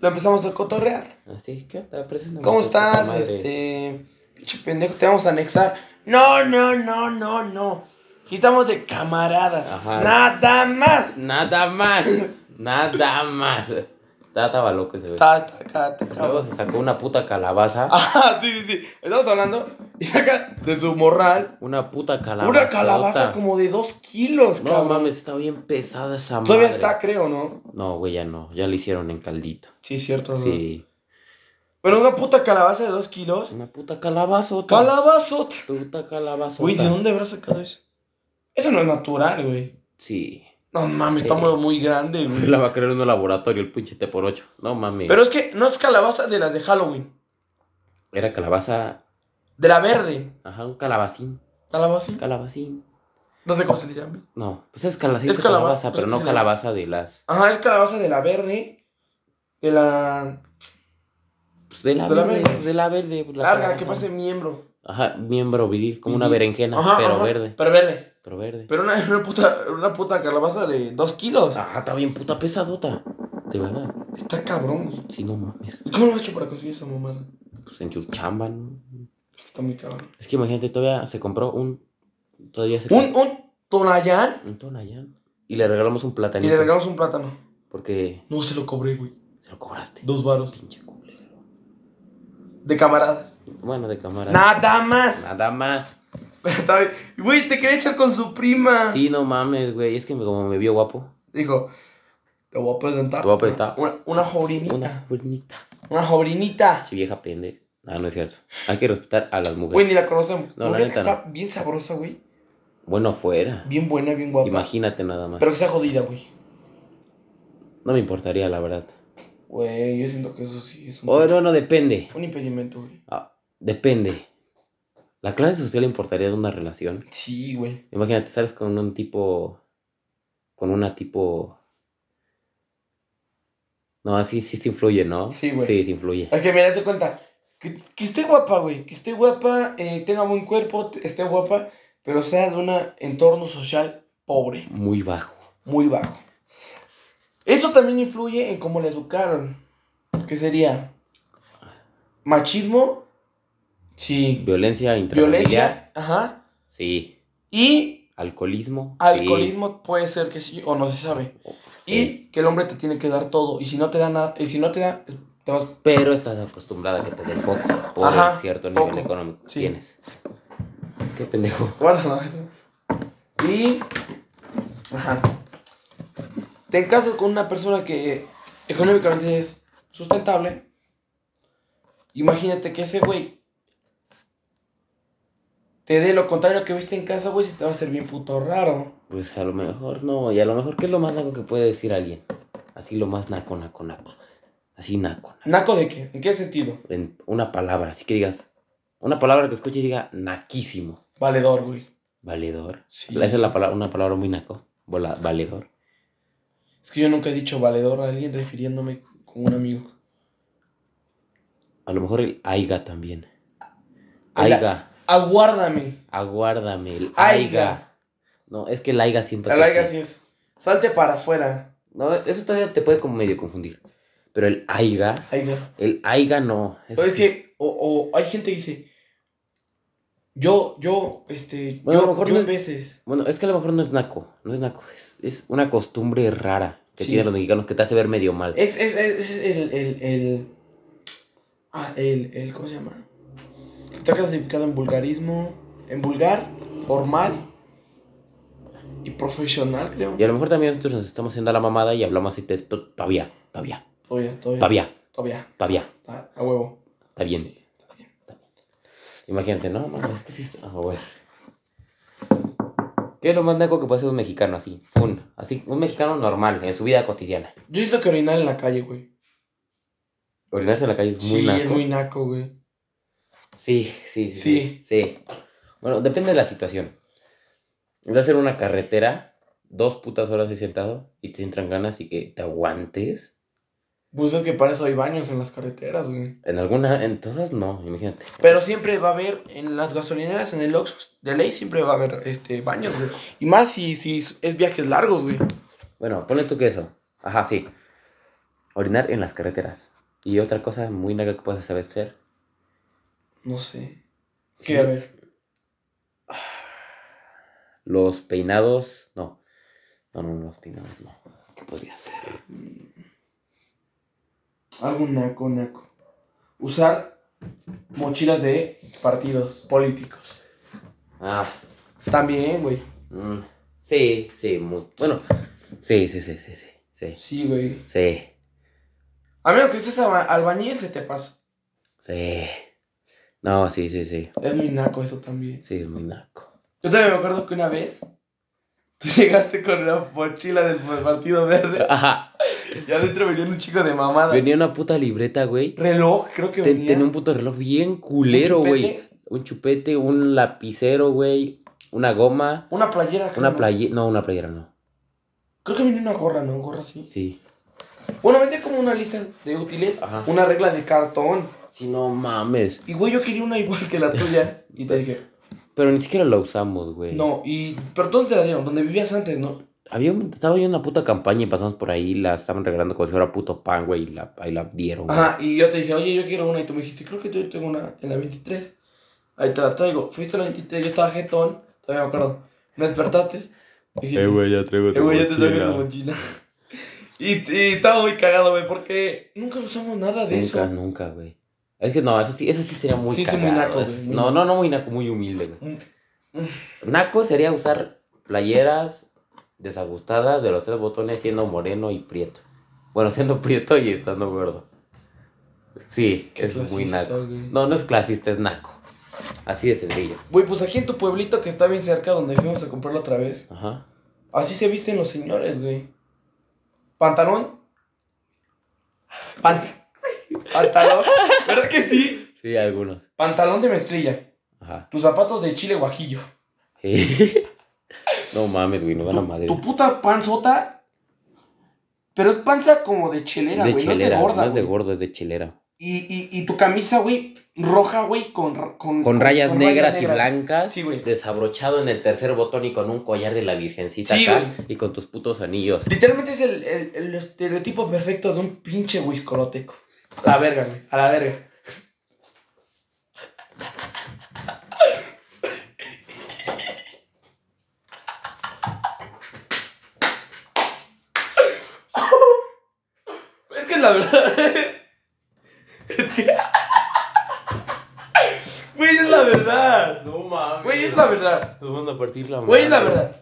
[SPEAKER 1] lo empezamos a cotorrear.
[SPEAKER 2] Así que te presento.
[SPEAKER 1] ¿Cómo estás? Este, pinche pendejo, te vamos a anexar. No, no, no, no, no. Quitamos de camaradas.
[SPEAKER 2] Ajá.
[SPEAKER 1] Nada más.
[SPEAKER 2] Nada más. Nada más. Estaba, estaba loco ese güey.
[SPEAKER 1] Ta, ta, ta, ta, ta.
[SPEAKER 2] Luego se sacó una puta calabaza.
[SPEAKER 1] Ajá, sí, sí, sí. Estamos hablando. Y saca de su morral
[SPEAKER 2] Una puta calabaza.
[SPEAKER 1] una calabaza como de dos kilos,
[SPEAKER 2] No
[SPEAKER 1] cabrón.
[SPEAKER 2] mames, está bien pesada esa madre.
[SPEAKER 1] Todavía está, creo, ¿no?
[SPEAKER 2] No, güey, ya no. Ya le hicieron en caldito.
[SPEAKER 1] Sí, cierto. Sí.
[SPEAKER 2] Sí.
[SPEAKER 1] Bueno, una puta calabaza de dos kilos.
[SPEAKER 2] Una puta calabazota.
[SPEAKER 1] Calabazota.
[SPEAKER 2] Puta calabazota.
[SPEAKER 1] Güey, ¿de dónde habrá sacado eso? Eso no es natural, güey.
[SPEAKER 2] Sí.
[SPEAKER 1] No mames, está
[SPEAKER 2] Sí.
[SPEAKER 1] muy, muy grande, güey.
[SPEAKER 2] La va a creer en un laboratorio el pinche té por 8. No mames.
[SPEAKER 1] Pero es que no es calabaza de las de Halloween.
[SPEAKER 2] Era calabaza.
[SPEAKER 1] De la verde.
[SPEAKER 2] Ajá, un calabacín.
[SPEAKER 1] ¿Calabacín?
[SPEAKER 2] Calabacín.
[SPEAKER 1] No sé cómo se le llama.
[SPEAKER 2] No, pues es calabacín.
[SPEAKER 1] Es
[SPEAKER 2] Es calabaza,
[SPEAKER 1] calaba-
[SPEAKER 2] pero no
[SPEAKER 1] sí.
[SPEAKER 2] calabaza de las.
[SPEAKER 1] Ajá, es calabaza de la verde. De la
[SPEAKER 2] pues, de la
[SPEAKER 1] De la
[SPEAKER 2] verde.
[SPEAKER 1] verde.
[SPEAKER 2] De la verde. pues, la
[SPEAKER 1] larga,
[SPEAKER 2] calabaza.
[SPEAKER 1] que parece miembro.
[SPEAKER 2] Ajá, miembro viril, como una
[SPEAKER 1] Viril.
[SPEAKER 2] berenjena,
[SPEAKER 1] Ajá,
[SPEAKER 2] pero
[SPEAKER 1] ajá,
[SPEAKER 2] verde.
[SPEAKER 1] Pero verde.
[SPEAKER 2] Pero verde.
[SPEAKER 1] Pero una, una puta, una puta calabaza de dos kilos.
[SPEAKER 2] Ajá, Ah, está bien puta pesadota. De verdad.
[SPEAKER 1] Está cabrón, güey.
[SPEAKER 2] Sí, no mames.
[SPEAKER 1] ¿Y cómo lo has hecho para conseguir esa mamada?
[SPEAKER 2] Pues en su chamba, ¿no?
[SPEAKER 1] Está muy cabrón.
[SPEAKER 2] Es que imagínate, todavía se compró un. Todavía se
[SPEAKER 1] Un, un tonallán
[SPEAKER 2] compró un Tonayán. Y le regalamos un
[SPEAKER 1] y
[SPEAKER 2] platanito.
[SPEAKER 1] le regalamos un plátano.
[SPEAKER 2] Porque
[SPEAKER 1] No se lo cobré, güey.
[SPEAKER 2] se lo cobraste.
[SPEAKER 1] Dos varos.
[SPEAKER 2] Pinche culero.
[SPEAKER 1] De camaradas.
[SPEAKER 2] Bueno, de cámara.
[SPEAKER 1] Nada más.
[SPEAKER 2] Nada más.
[SPEAKER 1] Pero está bien. Güey, te quería echar con su prima.
[SPEAKER 2] Sí, no mames, güey. Es que me- como me vio guapo.
[SPEAKER 1] Dijo, te voy a presentar.
[SPEAKER 2] Te voy a presentar.
[SPEAKER 1] Una, una jobrinita.
[SPEAKER 2] Una
[SPEAKER 1] Una,
[SPEAKER 2] bonita.
[SPEAKER 1] jobrinita.
[SPEAKER 2] Che, vieja pende. Ah, no es cierto. Hay que respetar a las
[SPEAKER 1] Güey,
[SPEAKER 2] mujeres.
[SPEAKER 1] ni la conocemos.
[SPEAKER 2] No,
[SPEAKER 1] No,
[SPEAKER 2] la neta
[SPEAKER 1] está bien sabrosa, güey.
[SPEAKER 2] Bueno, fuera.
[SPEAKER 1] Bien buena, bien guapa.
[SPEAKER 2] Imagínate nada más.
[SPEAKER 1] Pero que sea jodida, güey.
[SPEAKER 2] No me importaría, la verdad.
[SPEAKER 1] Güey, yo siento que eso sí es un,
[SPEAKER 2] O Oh, no, no, depende.
[SPEAKER 1] un impedimento, güey.
[SPEAKER 2] Ah, depende. La clase social importaría de una relación.
[SPEAKER 1] Sí, güey.
[SPEAKER 2] Imagínate, sales con un tipo. Con una tipo. No, sí, sí, sí influye, ¿no?
[SPEAKER 1] Sí, güey.
[SPEAKER 2] Sí, sí influye.
[SPEAKER 1] Es que mira, se cuenta. Que, que esté guapa, güey. Que esté guapa, eh, tenga buen cuerpo, t- esté guapa, pero sea de un entorno social pobre,
[SPEAKER 2] Muy bajo.
[SPEAKER 1] muy bajo. Eso también influye en cómo la educaron. ¿Qué sería? Machismo. Sí.
[SPEAKER 2] Violencia intrafamiliar.
[SPEAKER 1] Violencia. Ajá.
[SPEAKER 2] Sí.
[SPEAKER 1] Y
[SPEAKER 2] Alcoholismo. sí.
[SPEAKER 1] alcoholismo puede ser que sí o no se sabe. Y que el hombre te tiene que dar todo. Y si no te da nada, y si no te da, te vas
[SPEAKER 2] Pero estás acostumbrada a que te den poco por
[SPEAKER 1] Ajá,
[SPEAKER 2] cierto
[SPEAKER 1] poco,
[SPEAKER 2] nivel económico que
[SPEAKER 1] sí.
[SPEAKER 2] tienes. Qué pendejo.
[SPEAKER 1] Guárdalo eso. Y. Ajá. Te casas con una persona que económicamente es sustentable. Imagínate que ese güey te dé lo contrario que viste en casa, güey, si te va a hacer bien puto raro.
[SPEAKER 2] Pues a lo mejor no, y a lo mejor ¿qué es lo más naco que puede decir alguien. Así lo más naco, naco, naco. Así naco. naco.
[SPEAKER 1] ¿Naco de qué? ¿En qué sentido?
[SPEAKER 2] En una palabra, así que digas, una palabra que escuche y diga naquísimo.
[SPEAKER 1] Valedor, güey.
[SPEAKER 2] Valedor.
[SPEAKER 1] Sí.
[SPEAKER 2] Esa es la palabra, una palabra muy naco. Vola- valedor.
[SPEAKER 1] Es que yo nunca he dicho valedor a alguien refiriéndome con un amigo.
[SPEAKER 2] A lo mejor el aiga también.
[SPEAKER 1] El a-
[SPEAKER 2] Aiga.
[SPEAKER 1] Aguárdame.
[SPEAKER 2] Aguárdame. El
[SPEAKER 1] Aiga.
[SPEAKER 2] aiga. No, es que el aiga siento
[SPEAKER 1] La
[SPEAKER 2] que
[SPEAKER 1] laiga
[SPEAKER 2] sí.
[SPEAKER 1] sí es. Salte para afuera.
[SPEAKER 2] No, eso todavía te puede como medio confundir. Pero el aiga,
[SPEAKER 1] Aiga.
[SPEAKER 2] el aiga no.
[SPEAKER 1] O Pues es
[SPEAKER 2] sí.
[SPEAKER 1] que, o, o hay gente que dice, yo, yo, este,
[SPEAKER 2] Bueno, a
[SPEAKER 1] yo,
[SPEAKER 2] lo mejor
[SPEAKER 1] yo
[SPEAKER 2] no
[SPEAKER 1] a
[SPEAKER 2] es-
[SPEAKER 1] veces.
[SPEAKER 2] Bueno, es que a lo mejor no es naco, no es naco, es, es una costumbre rara que
[SPEAKER 1] Sí.
[SPEAKER 2] tienen los mexicanos que te hace ver medio mal.
[SPEAKER 1] Es, es, es, es el, el, el, ah, el, el, ¿cómo se llama? Está clasificado en vulgarismo, en vulgar, formal y profesional, creo.
[SPEAKER 2] Y a lo mejor también nosotros nos estamos haciendo la mamada y hablamos así, te- to- todavía, todavía,
[SPEAKER 1] Todavía, todavía.
[SPEAKER 2] todavía,
[SPEAKER 1] Todavía,
[SPEAKER 2] todavía,
[SPEAKER 1] a, a huevo.
[SPEAKER 2] está bien. Imagínate, no, mames, es que sí está- a ver. ¿Qué es lo más naco que puede hacer un mexicano así? Fun, así, un mexicano normal, en su vida cotidiana.
[SPEAKER 1] Yo siento que orinar en la calle, güey.
[SPEAKER 2] Orinarse en la calle es muy
[SPEAKER 1] sí,
[SPEAKER 2] naco.
[SPEAKER 1] es muy naco, güey.
[SPEAKER 2] Sí, sí, sí, sí. sí. Bueno, depende de la situación. Vas a hacer una carretera, dos putas horas ahí sentado, y te entran ganas y que te aguantes.
[SPEAKER 1] Pues es que para eso hay baños en las carreteras, güey.
[SPEAKER 2] En alguna, en todas no, imagínate.
[SPEAKER 1] Pero siempre va a haber en las gasolineras, en el Oxxo, de ley siempre va a haber este baños, güey. Y más si, si es viajes largos, güey.
[SPEAKER 2] Bueno, ponle tú que eso. Ajá, sí. Orinar en las carreteras. Y otra cosa muy naga que puedes saber ser.
[SPEAKER 1] No sé. ¿Qué? A ver.
[SPEAKER 2] Los peinados, no. No, no, no, los peinados no. ¿Qué podría ser?
[SPEAKER 1] Algo naco, naco. Usar mochilas de partidos políticos.
[SPEAKER 2] Ah,
[SPEAKER 1] También, güey.
[SPEAKER 2] mm, sí, sí, muy. Bueno, sí, sí, sí, sí, sí, sí,
[SPEAKER 1] Sí, güey.
[SPEAKER 2] sí.
[SPEAKER 1] A menos que estés alba- albañil, se te pasa.
[SPEAKER 2] Sí. No, sí, sí, sí.
[SPEAKER 1] Es muy naco eso también.
[SPEAKER 2] Sí, es muy naco.
[SPEAKER 1] Yo también me acuerdo que una vez tú llegaste con una mochila del Partido Verde
[SPEAKER 2] Ajá.
[SPEAKER 1] y adentro venía un chico de mamada.
[SPEAKER 2] Venía una puta libreta, güey.
[SPEAKER 1] Reloj, Ah, creo que
[SPEAKER 2] Te-
[SPEAKER 1] venía.
[SPEAKER 2] Tenía un puto reloj bien culero,
[SPEAKER 1] Un chupete,
[SPEAKER 2] güey. Un chupete, un lapicero, güey. Una goma.
[SPEAKER 1] Una playera. creo,
[SPEAKER 2] Una
[SPEAKER 1] ¿no?
[SPEAKER 2] playera. No, una playera no.
[SPEAKER 1] Creo que venía una gorra, ¿no? Gorra sí.
[SPEAKER 2] Sí.
[SPEAKER 1] Bueno, vendía como una lista de útiles,
[SPEAKER 2] Ajá.
[SPEAKER 1] una regla de cartón.
[SPEAKER 2] Sí, no mames.
[SPEAKER 1] Y güey, yo quería una igual que la tuya. Y te dije,
[SPEAKER 2] Pero ni siquiera la usamos, güey.
[SPEAKER 1] no, y. Pero todos te la dieron, donde vivías antes, ¿no?
[SPEAKER 2] Había un- estaba yo en una puta campaña y pasamos por ahí. La estaban regalando como si fuera puto pan, güey. Y la, ahí la dieron, güey.
[SPEAKER 1] Ajá, y yo te dije, oye, yo quiero una. Y tú me dijiste, creo que yo tengo una en la 23. Ahí te la traigo. Fuiste a la 23, yo estaba jetón, todavía me acuerdo. Me despertaste. me dijiste,
[SPEAKER 2] ya traigo
[SPEAKER 1] Eh, güey, ya te traje tu mochila. Y, y estaba muy cagado, güey, porque nunca usamos nada de eso.
[SPEAKER 2] Nunca, nunca, güey. Es que no, eso sí, eso sí sería muy
[SPEAKER 1] Sí, sí, muy
[SPEAKER 2] cagado.
[SPEAKER 1] naco, güey,
[SPEAKER 2] es-
[SPEAKER 1] muy
[SPEAKER 2] no,
[SPEAKER 1] naco.
[SPEAKER 2] no, no muy naco, muy humilde, güey.
[SPEAKER 1] Mm.
[SPEAKER 2] Naco sería usar playeras desajustadas de los tres botones siendo moreno y prieto. Bueno, siendo prieto y estando gordo. Sí,
[SPEAKER 1] Qué
[SPEAKER 2] es muy
[SPEAKER 1] clasista,
[SPEAKER 2] naco.
[SPEAKER 1] güey.
[SPEAKER 2] No, no es clasista, es naco. Así de sencillo.
[SPEAKER 1] Güey, pues aquí en tu pueblito que está bien cerca donde fuimos a comprarlo otra vez.
[SPEAKER 2] Ajá.
[SPEAKER 1] Así se visten los señores, güey. Pantalón. Pan- Pantalón. ¿Verdad que sí?
[SPEAKER 2] Sí, algunos.
[SPEAKER 1] Pantalón de mezclilla.
[SPEAKER 2] Ajá.
[SPEAKER 1] Tus zapatos de chile guajillo.
[SPEAKER 2] Sí. no mames, güey, no van a
[SPEAKER 1] Tu,
[SPEAKER 2] madre.
[SPEAKER 1] tu puta panzota Pero es panza como de chelera,
[SPEAKER 2] de
[SPEAKER 1] güey.
[SPEAKER 2] chelera,
[SPEAKER 1] no es de gorda.
[SPEAKER 2] no es de
[SPEAKER 1] güey.
[SPEAKER 2] gordo, es de chelera.
[SPEAKER 1] Y, y, y tu camisa, güey, roja, güey, con, ra- con,
[SPEAKER 2] Con rayas
[SPEAKER 1] con
[SPEAKER 2] negras y
[SPEAKER 1] negras.
[SPEAKER 2] blancas,
[SPEAKER 1] Sí, güey.
[SPEAKER 2] desabrochado en el tercer botón y con un collar de la virgencita
[SPEAKER 1] Sí,
[SPEAKER 2] acá, y con tus putos anillos.
[SPEAKER 1] Literalmente es el, el- el estereotipo perfecto de un pinche huiscoloteco. A la verga, güey. A la verga. Es que es la verdad. Es que- Güey, es la verdad.
[SPEAKER 2] No mames.
[SPEAKER 1] Güey, es la verdad.
[SPEAKER 2] Nos van a partir la
[SPEAKER 1] Güey, es la verdad.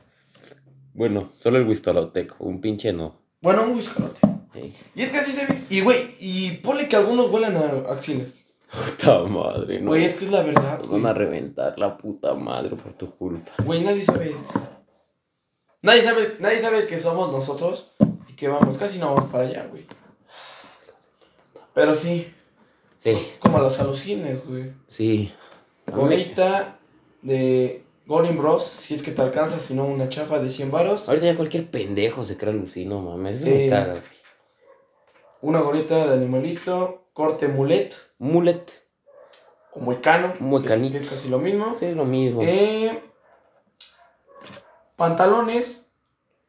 [SPEAKER 2] Bueno, solo el Huistoloteco, un pinche no.
[SPEAKER 1] Bueno, un huiscolote.
[SPEAKER 2] Sí.
[SPEAKER 1] Y es que así se ve. Y, güey, y ponle que algunos vuelan a axilas.
[SPEAKER 2] Puta madre, no.
[SPEAKER 1] Güey, es que es la verdad.
[SPEAKER 2] Nos
[SPEAKER 1] güey.
[SPEAKER 2] van a reventar la puta madre por tu culpa.
[SPEAKER 1] Güey, nadie sabe esto. Nadie sabe, nadie sabe que somos nosotros y que vamos, casi no vamos para allá, güey. Pero sí,
[SPEAKER 2] Sí,
[SPEAKER 1] como los alucines, güey.
[SPEAKER 2] sí. A mí-
[SPEAKER 1] Gorita de Golden Bros, si es que te alcanza, si no una chafa de 100 varos.
[SPEAKER 2] Ahorita ya cualquier pendejo se crea lucino, mames. Eso
[SPEAKER 1] Sí.
[SPEAKER 2] me caga. güey.
[SPEAKER 1] Una gorita de animalito, corte mulet
[SPEAKER 2] Mulet,
[SPEAKER 1] o muecano.
[SPEAKER 2] Muecanito.
[SPEAKER 1] que Es casi lo mismo.
[SPEAKER 2] sí, es lo mismo.
[SPEAKER 1] Eh, pantalones,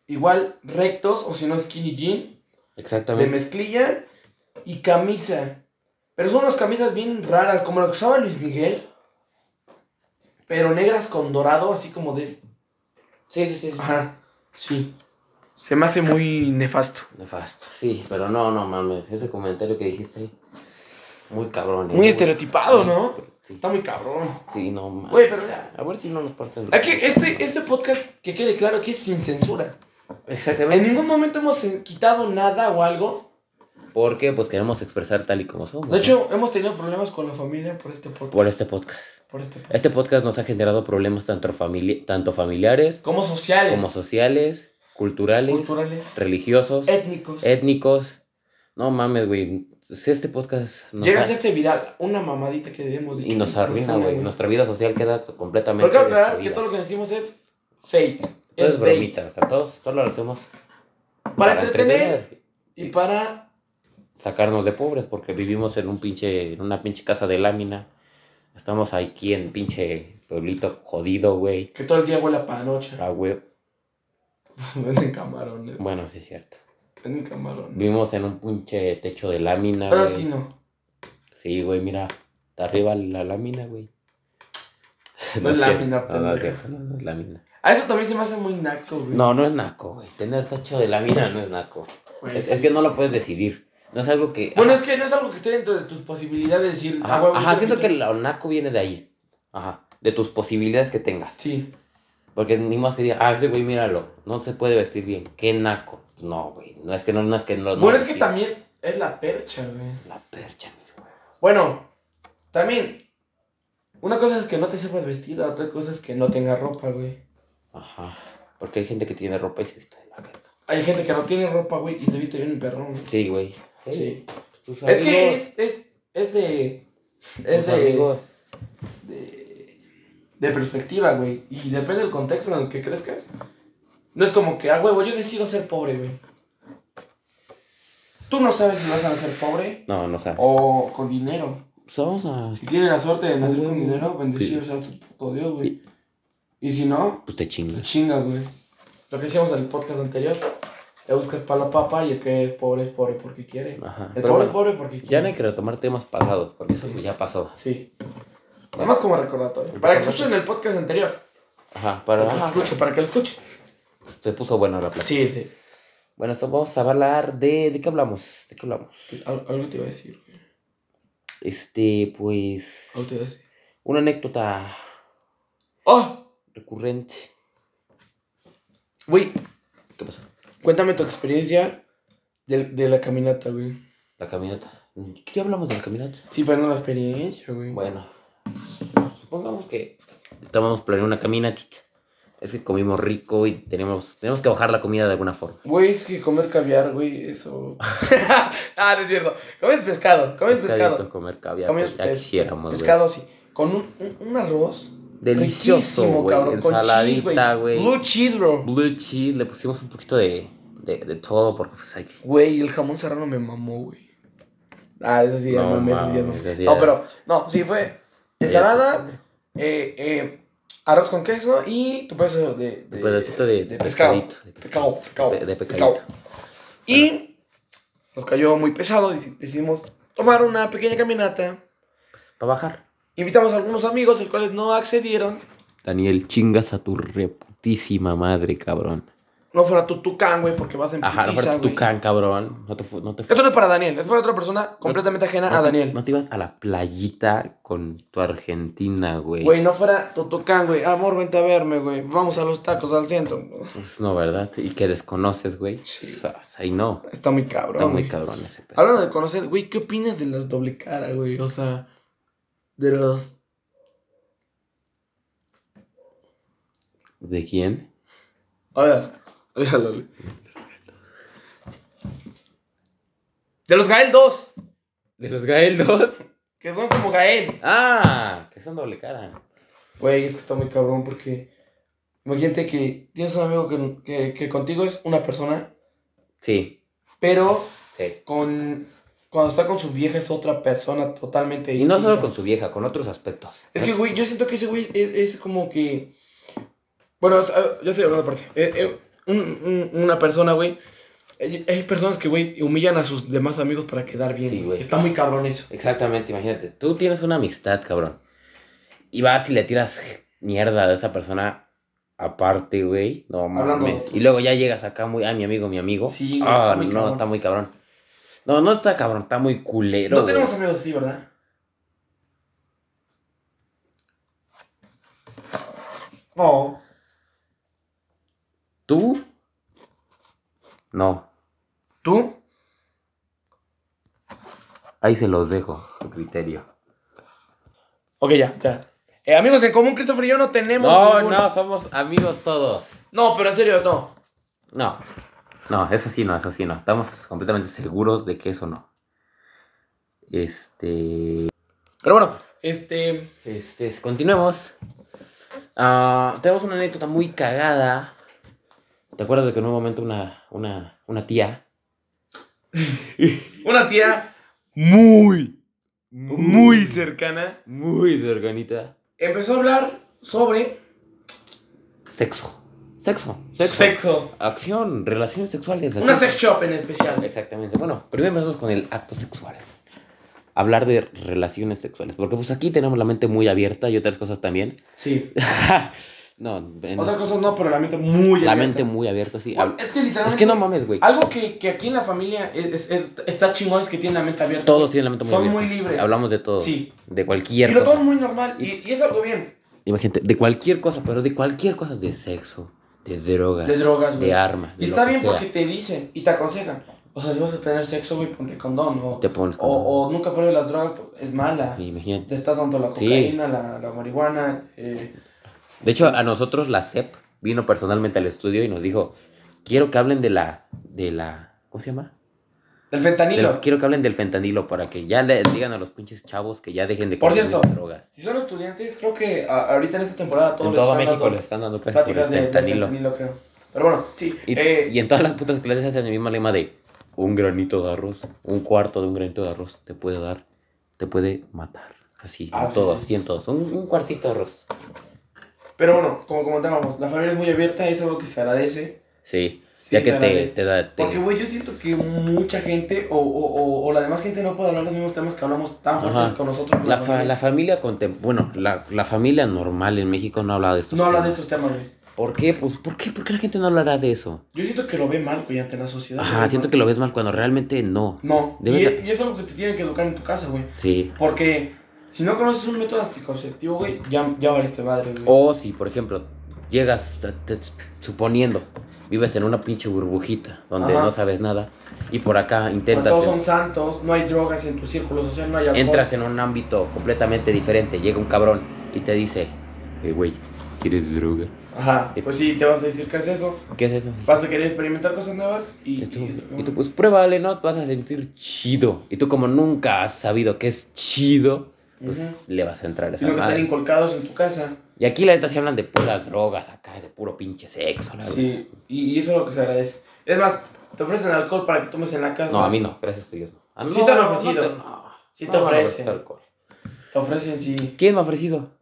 [SPEAKER 1] igual rectos o si no skinny jean. de
[SPEAKER 2] Exactamente.
[SPEAKER 1] mezclilla y camisa. Pero son unas camisas bien raras, como la que usaba Luis Miguel. Pero negras con dorado, así como de... este.
[SPEAKER 2] Sí, sí, sí. sí.
[SPEAKER 1] Ajá, sí. Se me hace muy nefasto.
[SPEAKER 2] Nefasto. Sí, pero no, no mames. Ese comentario que dijiste ahí. Muy cabrón. eh,
[SPEAKER 1] Muy estereotipado, ¿no?
[SPEAKER 2] Sí,
[SPEAKER 1] Está muy cabrón.
[SPEAKER 2] sí, no mames.
[SPEAKER 1] Güey, pero ya.
[SPEAKER 2] A ver si no nos parten.
[SPEAKER 1] Aquí, este, este podcast, que quede claro que es sin censura. En
[SPEAKER 2] Exactamente.
[SPEAKER 1] ningún momento hemos eh, quitado nada o algo.
[SPEAKER 2] Porque pues queremos expresar tal y como somos.
[SPEAKER 1] De
[SPEAKER 2] ¿no?
[SPEAKER 1] hecho, hemos tenido problemas con la familia por este podcast.
[SPEAKER 2] por este podcast.
[SPEAKER 1] Por este podcast.
[SPEAKER 2] Este podcast nos ha generado problemas tanto, famili- tanto familiares
[SPEAKER 1] Como sociales,
[SPEAKER 2] como sociales, culturales,
[SPEAKER 1] culturales,
[SPEAKER 2] religiosos,
[SPEAKER 1] étnicos.
[SPEAKER 2] étnicos. No mames, güey. Si este podcast nos
[SPEAKER 1] Llega a
[SPEAKER 2] ha-
[SPEAKER 1] hacerse viral una mamadita que debemos pues,
[SPEAKER 2] y nos arruina, güey. Nuestra vida social queda completamente.
[SPEAKER 1] Porque aclarar que
[SPEAKER 2] destruida.
[SPEAKER 1] todo lo que decimos es fake.
[SPEAKER 2] Todo es
[SPEAKER 1] es bait.
[SPEAKER 2] bromita, o sea, todos, todo lo hacemos
[SPEAKER 1] Para, entretener y para.
[SPEAKER 2] sacarnos de pobres, porque vivimos en un pinche, en una pinche casa de lámina. Estamos aquí en pinche pueblito jodido, güey.
[SPEAKER 1] Que todo el día huela para noche.
[SPEAKER 2] Ah, güey.
[SPEAKER 1] Venden camarones.
[SPEAKER 2] Bueno, sí es cierto.
[SPEAKER 1] Venden camarones.
[SPEAKER 2] Vivimos en un pinche techo de lámina,
[SPEAKER 1] Pero
[SPEAKER 2] güey.
[SPEAKER 1] sí no.
[SPEAKER 2] Sí, güey, mira. Está arriba la lámina, güey.
[SPEAKER 1] No es
[SPEAKER 2] cierto,
[SPEAKER 1] lámina,
[SPEAKER 2] No, no es
[SPEAKER 1] pendejo.
[SPEAKER 2] cierto, no, no es lámina.
[SPEAKER 1] A eso también se me hace muy naco, güey.
[SPEAKER 2] No, no es naco, güey. Tener techo de lámina no es naco.
[SPEAKER 1] Güey,
[SPEAKER 2] Es,
[SPEAKER 1] Pues, sí.
[SPEAKER 2] es que no lo puedes decidir. No es algo que.
[SPEAKER 1] Bueno, es que no es algo que esté dentro de tus posibilidades de decir.
[SPEAKER 2] Ajá,
[SPEAKER 1] ah, güey,
[SPEAKER 2] ajá,
[SPEAKER 1] yo
[SPEAKER 2] siento que
[SPEAKER 1] quiero-
[SPEAKER 2] lo naco viene de ahí. Ajá. De tus posibilidades que tengas.
[SPEAKER 1] Sí.
[SPEAKER 2] Porque ni más que diga, ah, este güey, míralo. No se puede vestir bien. Qué naco. No, güey. No es que no, no es que no. no
[SPEAKER 1] bueno, es que
[SPEAKER 2] sí.
[SPEAKER 1] también es la percha, güey.
[SPEAKER 2] La percha, mis huevos.
[SPEAKER 1] Bueno, también. Una cosa es que no te sepas vestida, otra cosa es que no tengas ropa, güey.
[SPEAKER 2] Ajá. Porque hay gente que tiene ropa y se viste de la verga.
[SPEAKER 1] Hay gente que no tiene ropa, güey, y se viste bien perrón. güey.
[SPEAKER 2] Sí, güey. Sí.
[SPEAKER 1] Sí.
[SPEAKER 2] Tus
[SPEAKER 1] Es que
[SPEAKER 2] amigos,
[SPEAKER 1] es, es, es de.
[SPEAKER 2] tus
[SPEAKER 1] Es de,
[SPEAKER 2] amigos.
[SPEAKER 1] de. de perspectiva, güey. Y depende del contexto en el que crezcas. No es como que, ah, huevo, yo decido ser pobre, güey. Tú no sabes si vas a nacer pobre
[SPEAKER 2] No, no sabes.
[SPEAKER 1] o con dinero.
[SPEAKER 2] Pues vamos Oh, a.
[SPEAKER 1] Si tienes la suerte de nacer
[SPEAKER 2] Ah,
[SPEAKER 1] con
[SPEAKER 2] huevo.
[SPEAKER 1] dinero, bendecido
[SPEAKER 2] Sí.
[SPEAKER 1] sea tu puto Dios, güey. Y si no,
[SPEAKER 2] Pues te
[SPEAKER 1] te
[SPEAKER 2] chingas.
[SPEAKER 1] chingas, güey. Lo que decíamos en el podcast anterior, le buscas para la papa y el que es pobre es pobre porque quiere.
[SPEAKER 2] Ajá.
[SPEAKER 1] El
[SPEAKER 2] Pero
[SPEAKER 1] pobre es
[SPEAKER 2] bueno,
[SPEAKER 1] pobre porque quiere.
[SPEAKER 2] ya no hay que retomar temas pasados, porque eso
[SPEAKER 1] Sí.
[SPEAKER 2] pues, ya pasó.
[SPEAKER 1] Sí. Nada más como recordatorio.
[SPEAKER 2] El
[SPEAKER 1] Para que
[SPEAKER 2] recordatorio.
[SPEAKER 1] escuchen el podcast anterior. Para
[SPEAKER 2] Ajá, para.
[SPEAKER 1] que lo
[SPEAKER 2] Ajá,
[SPEAKER 1] escuchen, para que lo escuchen.
[SPEAKER 2] pues, te puso bueno la plática.
[SPEAKER 1] Sí, sí.
[SPEAKER 2] Bueno, esto vamos a hablar de. ¿De qué hablamos? ¿De qué hablamos?
[SPEAKER 1] Al- Algo te iba a decir. güey.
[SPEAKER 2] Este, pues.
[SPEAKER 1] Algo te iba a decir.
[SPEAKER 2] Una anécdota
[SPEAKER 1] ¡Oh!
[SPEAKER 2] recurrente.
[SPEAKER 1] Güey,
[SPEAKER 2] ¿Qué pasó?
[SPEAKER 1] cuéntame tu experiencia de, de la caminata, güey.
[SPEAKER 2] La caminata. ¿Qué hablamos de la caminata?
[SPEAKER 1] Sí, pero no la experiencia, güey.
[SPEAKER 2] Bueno, supongamos que estábamos planeando una caminatita. Es que comimos rico y tenemos, tenemos que bajar la comida de alguna forma.
[SPEAKER 1] Güey, es que comer caviar, güey, eso. ah, no es cierto. Comes pescado, comes
[SPEAKER 2] Pescadito,
[SPEAKER 1] pescado.
[SPEAKER 2] comer caviar,
[SPEAKER 1] Comes
[SPEAKER 2] pues, ya
[SPEAKER 1] pes-
[SPEAKER 2] quisiéramos, güey.
[SPEAKER 1] Pescado, sí. Con un, un, un arroz.
[SPEAKER 2] Delicioso,
[SPEAKER 1] riquísimo,
[SPEAKER 2] güey.
[SPEAKER 1] cabrón. Con cheese,
[SPEAKER 2] Ensaladita,
[SPEAKER 1] güey.
[SPEAKER 2] güey.
[SPEAKER 1] Blue cheese, bro.
[SPEAKER 2] Blue cheese, le pusimos un poquito de de, de todo, porque pues hay que...
[SPEAKER 1] Güey, el jamón serrano me mamó, güey. Ah, eso sí, ya
[SPEAKER 2] No
[SPEAKER 1] mamé, eso sí, ya
[SPEAKER 2] mames,
[SPEAKER 1] mamé.
[SPEAKER 2] eso sí
[SPEAKER 1] No,
[SPEAKER 2] ya-
[SPEAKER 1] pero, no, sí fue ensalada, eh, eh, arroz con queso y tu pedazo de, de,
[SPEAKER 2] Un pedacito de,
[SPEAKER 1] de pescado.
[SPEAKER 2] pescadito, de
[SPEAKER 1] Pescado, pescado,
[SPEAKER 2] De, de
[SPEAKER 1] pescado.
[SPEAKER 2] pescadito.
[SPEAKER 1] Y nos cayó muy pesado, dec- decidimos tomar una pequeña caminata.
[SPEAKER 2] Para bajar.
[SPEAKER 1] Invitamos a algunos amigos, los cuales no accedieron.
[SPEAKER 2] Daniel, chingas a tu reputísima madre, cabrón.
[SPEAKER 1] No fuera tu tucán, güey, porque vas en
[SPEAKER 2] Ajá, no
[SPEAKER 1] putiza,
[SPEAKER 2] fuera tu
[SPEAKER 1] güey.
[SPEAKER 2] can, cabrón. No te, fu- no te fu-
[SPEAKER 1] Esto no es para Daniel, es para otra persona completamente ajena
[SPEAKER 2] no
[SPEAKER 1] a
[SPEAKER 2] te-
[SPEAKER 1] Daniel.
[SPEAKER 2] No te ibas a la playita con tu Argentina, güey.
[SPEAKER 1] Güey, no fuera Totocán, güey. Amor, vente a verme, güey. Vamos a los tacos al centro.
[SPEAKER 2] Pues no, ¿verdad? Y que desconoces, güey.
[SPEAKER 1] Sí.
[SPEAKER 2] O sea, ahí no.
[SPEAKER 1] Está muy cabrón.
[SPEAKER 2] Está muy
[SPEAKER 1] güey.
[SPEAKER 2] cabrón ese pedo.
[SPEAKER 1] Hablando de conocer, güey, ¿qué opinas de las doble cara, güey? O sea, de los.
[SPEAKER 2] ¿De quién?
[SPEAKER 1] A ver, déjalo, güey. De los Gael 2,
[SPEAKER 2] ¿De los Gaeldos?
[SPEAKER 1] que son como Gael.
[SPEAKER 2] ¡Ah! Que son doble cara.
[SPEAKER 1] Güey, es que está muy cabrón porque. Imagínate que tienes un amigo que, que, que contigo es una persona,
[SPEAKER 2] Sí,
[SPEAKER 1] pero
[SPEAKER 2] sí.
[SPEAKER 1] con. Cuando está con su vieja es otra persona totalmente
[SPEAKER 2] Y no solo
[SPEAKER 1] distinta.
[SPEAKER 2] con su vieja, con otros aspectos.
[SPEAKER 1] Es que, güey, yo siento que ese güey es, es como que. Bueno, es- ah, yo estoy hablando aparte. Eh, eh, un- un- una persona, güey. Hay, hay personas que, güey, humillan a sus demás amigos para quedar bien.
[SPEAKER 2] Sí, güey.
[SPEAKER 1] Está muy cabrón eso.
[SPEAKER 2] Exactamente, imagínate. Tú tienes una amistad, cabrón. Y vas y le tiras mierda de esa persona aparte, güey. No
[SPEAKER 1] Hablando de
[SPEAKER 2] mames.
[SPEAKER 1] otros.
[SPEAKER 2] Y luego ya llegas acá muy. Ah, mi amigo, mi amigo.
[SPEAKER 1] Sí, güey,
[SPEAKER 2] Ah,
[SPEAKER 1] está muy
[SPEAKER 2] no,
[SPEAKER 1] cabrón.
[SPEAKER 2] está muy cabrón. No, no está cabrón, está muy culero.
[SPEAKER 1] No
[SPEAKER 2] güey.
[SPEAKER 1] tenemos amigos así, ¿verdad? No.
[SPEAKER 2] ¿Tú? No.
[SPEAKER 1] ¿Tú?
[SPEAKER 2] Ahí se los dejo, tu criterio.
[SPEAKER 1] Ok, ya, ya. Eh, amigos en común, Christopher y yo no tenemos.
[SPEAKER 2] No,
[SPEAKER 1] ninguno.
[SPEAKER 2] no, somos amigos todos.
[SPEAKER 1] No, pero en serio, no.
[SPEAKER 2] No. No, eso sí no, eso sí no. Estamos completamente seguros de que eso no. Este.
[SPEAKER 1] Pero bueno, este.
[SPEAKER 2] Este, es- continuemos. Ah, tenemos una anécdota muy cagada. ¿Te acuerdas de que en un momento una, una, una tía?
[SPEAKER 1] Una tía
[SPEAKER 2] Muy,
[SPEAKER 1] muy cercana
[SPEAKER 2] muy desorganita.
[SPEAKER 1] empezó a hablar sobre
[SPEAKER 2] Sexo. Sexo. Sexo.
[SPEAKER 1] sexo.
[SPEAKER 2] Acción, relaciones sexuales.
[SPEAKER 1] Una
[SPEAKER 2] así.
[SPEAKER 1] sex shop en especial.
[SPEAKER 2] Exactamente. Bueno, primero empezamos con el acto sexual. Hablar de relaciones sexuales. Porque pues aquí tenemos la mente muy abierta y otras cosas también.
[SPEAKER 1] Sí.
[SPEAKER 2] no, en-
[SPEAKER 1] Otras cosas no, pero la mente muy
[SPEAKER 2] la
[SPEAKER 1] abierta.
[SPEAKER 2] mente muy abierta, sí.
[SPEAKER 1] Bueno, Es que literalmente.
[SPEAKER 2] Es que no mames, güey.
[SPEAKER 1] Algo que, que aquí en la familia es- es- es- está chingón es que tienen la mente abierta.
[SPEAKER 2] Todos tienen la mente muy
[SPEAKER 1] Son
[SPEAKER 2] abierta.
[SPEAKER 1] muy libres.
[SPEAKER 2] Hablamos de todo.
[SPEAKER 1] Sí.
[SPEAKER 2] De
[SPEAKER 1] Y
[SPEAKER 2] cualquier
[SPEAKER 1] lo
[SPEAKER 2] cosa.
[SPEAKER 1] toman muy normal. Y, y es algo bien.
[SPEAKER 2] Imagínate, de cualquier cosa, pero de cualquier cosa. De sexo, de drogas,
[SPEAKER 1] De
[SPEAKER 2] Pues, de,
[SPEAKER 1] drogas, güey.
[SPEAKER 2] armas. de
[SPEAKER 1] Y
[SPEAKER 2] lo
[SPEAKER 1] está
[SPEAKER 2] que
[SPEAKER 1] bien
[SPEAKER 2] sea.
[SPEAKER 1] porque te dicen y te aconsejan. O sea, si vas a tener sexo, güey, ponte condón. O,
[SPEAKER 2] Te pones con-
[SPEAKER 1] o, o nunca pones las drogas, es mala.
[SPEAKER 2] Imagínate.
[SPEAKER 1] Te está tanto la
[SPEAKER 2] Sí.
[SPEAKER 1] cocaína, la, la marihuana. eh,
[SPEAKER 2] De hecho, a nosotros la CEP vino personalmente al estudio y nos dijo, quiero que hablen de la, de la, ¿cómo se llama?
[SPEAKER 1] el
[SPEAKER 2] De
[SPEAKER 1] fentanilo.
[SPEAKER 2] la- quiero que hablen del fentanilo para que ya le digan a los pinches chavos que ya dejen de
[SPEAKER 1] Por
[SPEAKER 2] consumir
[SPEAKER 1] cierto,
[SPEAKER 2] drogas.
[SPEAKER 1] Si son estudiantes, creo que a- ahorita en esta temporada todo
[SPEAKER 2] En
[SPEAKER 1] les
[SPEAKER 2] todo
[SPEAKER 1] están
[SPEAKER 2] México
[SPEAKER 1] dando-
[SPEAKER 2] les están dando clases por el
[SPEAKER 1] Pláticas de, de
[SPEAKER 2] fentanilo.
[SPEAKER 1] fentanilo, creo. Pero bueno, sí.
[SPEAKER 2] Y,
[SPEAKER 1] eh,
[SPEAKER 2] y en todas las putas clases hacen el mismo lema de un granito de arroz, un cuarto de un granito de arroz te puede dar, te puede matar. Así,
[SPEAKER 1] Ah,
[SPEAKER 2] en
[SPEAKER 1] sí,
[SPEAKER 2] todos,
[SPEAKER 1] sí.
[SPEAKER 2] sí, en todos. Un, un cuartito de arroz.
[SPEAKER 1] Pero bueno, como comentábamos, la familia es muy abierta, es algo que se agradece.
[SPEAKER 2] Sí,
[SPEAKER 1] Sí,
[SPEAKER 2] ya
[SPEAKER 1] se
[SPEAKER 2] que te,
[SPEAKER 1] agradece.
[SPEAKER 2] te da... te-
[SPEAKER 1] Porque, güey, yo siento que mucha gente o, o, o, o la demás gente no puede hablar los mismos temas que hablamos tan fuertes
[SPEAKER 2] Ajá.
[SPEAKER 1] con nosotros. con
[SPEAKER 2] La, fa-
[SPEAKER 1] familia.
[SPEAKER 2] la familia contem- bueno, la, la familia normal en México no habla de esto.
[SPEAKER 1] No habla de estos temas, güey.
[SPEAKER 2] ¿Por qué? Pues, ¿por qué? ¿Por qué la gente no hablará de eso?
[SPEAKER 1] Yo siento que lo ve mal, güey, ante la sociedad.
[SPEAKER 2] Ajá, siento que lo ves mal cuando realmente no.
[SPEAKER 1] No, y,
[SPEAKER 2] Debes
[SPEAKER 1] es- y es algo que te tienen que educar en tu casa, güey.
[SPEAKER 2] Sí.
[SPEAKER 1] Porque si no conoces un método anticonceptivo, güey, ya, ya valiste madre, güey.
[SPEAKER 2] O si, por ejemplo, llegas, te- te- suponiendo, vives en una pinche burbujita donde
[SPEAKER 1] Ajá.
[SPEAKER 2] no sabes nada y por acá
[SPEAKER 1] Porque
[SPEAKER 2] intentas,
[SPEAKER 1] todos son santos, no hay drogas en tu círculo social, no hay alcohol.
[SPEAKER 2] entras en un ámbito completamente diferente, llega un cabrón y te dice, "Eh, güey, ¿quieres droga?
[SPEAKER 1] Ajá, pues sí, te vas a decir que es eso.
[SPEAKER 2] ¿Qué es eso?
[SPEAKER 1] Vas a querer experimentar cosas nuevas y,
[SPEAKER 2] Y tú,
[SPEAKER 1] y esto-
[SPEAKER 2] y tú, pues pruébale, ¿no? Te vas a sentir chido. Y tú como nunca has sabido que es chido, pues
[SPEAKER 1] Ujú.
[SPEAKER 2] le vas a entrar a esa
[SPEAKER 1] Sino que están
[SPEAKER 2] madre.
[SPEAKER 1] inculcados en tu casa.
[SPEAKER 2] Y aquí la neta sí hablan de puras drogas acá, de puro pinche sexo, la verdad.
[SPEAKER 1] Sí, y, y eso es lo que se agradece. Es más, te ofrecen alcohol para que tomes en la casa.
[SPEAKER 2] No, a mí no, gracias a Dios no. A mí
[SPEAKER 1] Sí te han
[SPEAKER 2] no, no
[SPEAKER 1] ofrecido.
[SPEAKER 2] te- no.
[SPEAKER 1] Sí te
[SPEAKER 2] No, no me
[SPEAKER 1] ofrecen.
[SPEAKER 2] gusta el alcohol.
[SPEAKER 1] Te ofrecen, sí.
[SPEAKER 2] ¿Quién me ha ofrecido?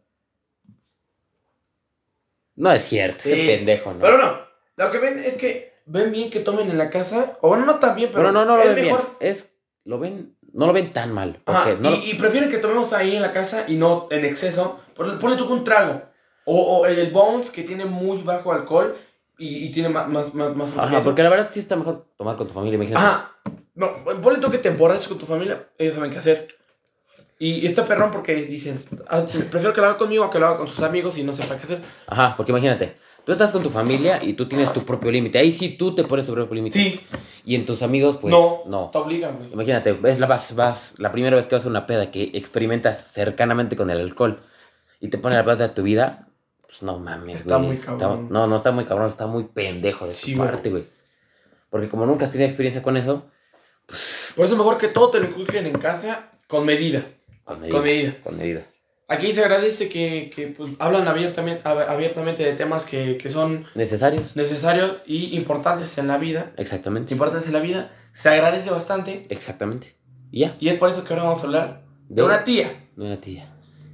[SPEAKER 2] No es cierto,
[SPEAKER 1] Sí.
[SPEAKER 2] ese pendejo, ¿no?
[SPEAKER 1] Pero no, lo que ven es que ven bien que tomen en la casa. O bueno, no tan bien, pero,
[SPEAKER 2] Pero no, no lo
[SPEAKER 1] es
[SPEAKER 2] ven bien.
[SPEAKER 1] mejor.
[SPEAKER 2] Es, lo ven, no lo ven tan mal.
[SPEAKER 1] Ajá,
[SPEAKER 2] Porque no lo-
[SPEAKER 1] y, y prefieren que tomemos ahí en la casa y no en exceso. Ponle, ponle tú que un trago. O, o el, el Bones que tiene muy bajo alcohol y, y tiene más, más, más, más
[SPEAKER 2] Ajá,
[SPEAKER 1] fructosa.
[SPEAKER 2] porque la verdad sí está mejor tomar con tu familia, imagínate.
[SPEAKER 1] Ajá. No, ponle tú que te emborraches con tu familia, ellos saben qué hacer. Y, y está perrón porque dicen, "Ah, prefiero que lo haga conmigo a que lo haga con sus amigos y no sepa qué hacer.
[SPEAKER 2] Ajá, porque imagínate, tú estás con tu familia y tú tienes tu propio límite. Ahí sí tú te pones tu propio límite.
[SPEAKER 1] Sí,
[SPEAKER 2] Y en tus amigos, pues,
[SPEAKER 1] No.
[SPEAKER 2] no. Pues-
[SPEAKER 1] te obligan, güey.
[SPEAKER 2] Imagínate, es la, vas, vas, la primera vez que vas a una peda que experimentas cercanamente con el alcohol y te pone la peda de tu vida, pues no mames,
[SPEAKER 1] Está
[SPEAKER 2] güey.
[SPEAKER 1] muy
[SPEAKER 2] Está-
[SPEAKER 1] cabrón.
[SPEAKER 2] no, no está muy cabrón, está muy pendejo de
[SPEAKER 1] Sí,
[SPEAKER 2] tu
[SPEAKER 1] güey.
[SPEAKER 2] parte, güey. Porque como nunca has tenido experiencia con eso,
[SPEAKER 1] Por eso es mejor que todo te lo inculquen en casa con medida.
[SPEAKER 2] con medida.
[SPEAKER 1] Con medida.
[SPEAKER 2] con medida.
[SPEAKER 1] Aquí se agradece que, que, pues, hablan abiertamente, ab- abiertamente de temas que, que son
[SPEAKER 2] ¿Necesarios?
[SPEAKER 1] necesarios y importantes en la vida.
[SPEAKER 2] Exactamente.
[SPEAKER 1] Importantes en la vida. Se agradece bastante.
[SPEAKER 2] Exactamente. Y ya.
[SPEAKER 1] Y es por eso que ahora vamos a hablar de una tía.
[SPEAKER 2] de una tía.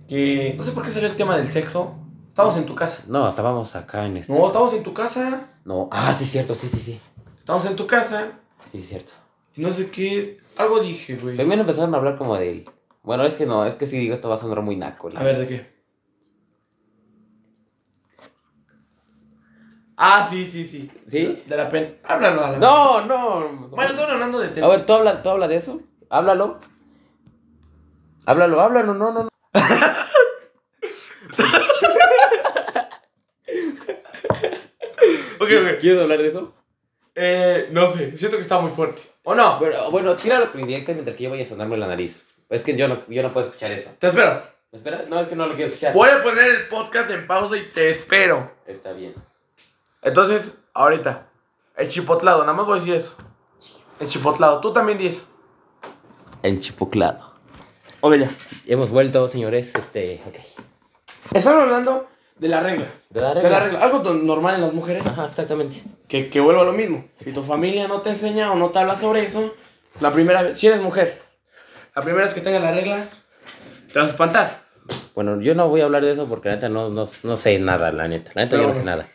[SPEAKER 1] Que no sé por qué salió el tema del sexo. Estamos en tu casa.
[SPEAKER 2] No, estábamos acá en este.
[SPEAKER 1] No, estamos en tu casa.
[SPEAKER 2] No. Ah, sí, es cierto, sí, sí, sí.
[SPEAKER 1] Estamos en tu casa.
[SPEAKER 2] Sí, es cierto.
[SPEAKER 1] Y no sé qué. Algo dije, güey.
[SPEAKER 2] Primero empezaron a hablar como de. Bueno, es que no, es que si digo esto va a sonar muy naco. la
[SPEAKER 1] A ver, ¿de qué? Ah, sí, sí, sí.
[SPEAKER 2] ¿Sí?
[SPEAKER 1] De la pena. Háblalo, háblalo.
[SPEAKER 2] No, no.
[SPEAKER 1] Bueno, estaban hablando de
[SPEAKER 2] A
[SPEAKER 1] temas.
[SPEAKER 2] ver, tú habla, tú habla de eso. Háblalo. Háblalo, háblalo, no, no, no.
[SPEAKER 1] Ok, ok.
[SPEAKER 2] ¿Quieres hablar de eso?
[SPEAKER 1] Eh, no sé. Siento que está muy fuerte. ¿O no?
[SPEAKER 2] Bueno, bueno, tíralo con indirecta mientras que yo vaya a sonarme la nariz. Es que yo no, yo no puedo escuchar eso.
[SPEAKER 1] Te espero.
[SPEAKER 2] ¿Me esperas? No, es que no lo quiero escuchar.
[SPEAKER 1] Voy a poner el podcast en pausa y te espero.
[SPEAKER 2] Está bien.
[SPEAKER 1] Entonces, ahorita, el chipotlado, nada más voy a decir eso. El chipotlado, tú también di eso.
[SPEAKER 2] Enchipuclado.
[SPEAKER 1] Ok, ya.
[SPEAKER 2] Hemos vuelto, señores, este, ok.
[SPEAKER 1] Estamos hablando de la regla.
[SPEAKER 2] ¿De la
[SPEAKER 1] De la regla, algo don- normal en las mujeres.
[SPEAKER 2] Ajá, exactamente.
[SPEAKER 1] Que, que vuelvo a lo mismo. Si tu familia no te enseña o no te habla sobre eso, la primera vez, si eres mujer, la primera vez que tengas la regla, te vas a espantar.
[SPEAKER 2] Bueno, yo no voy a hablar de eso porque la neta no, no, no sé nada, la neta. La neta
[SPEAKER 1] No,
[SPEAKER 2] yo no
[SPEAKER 1] no.
[SPEAKER 2] sé nada.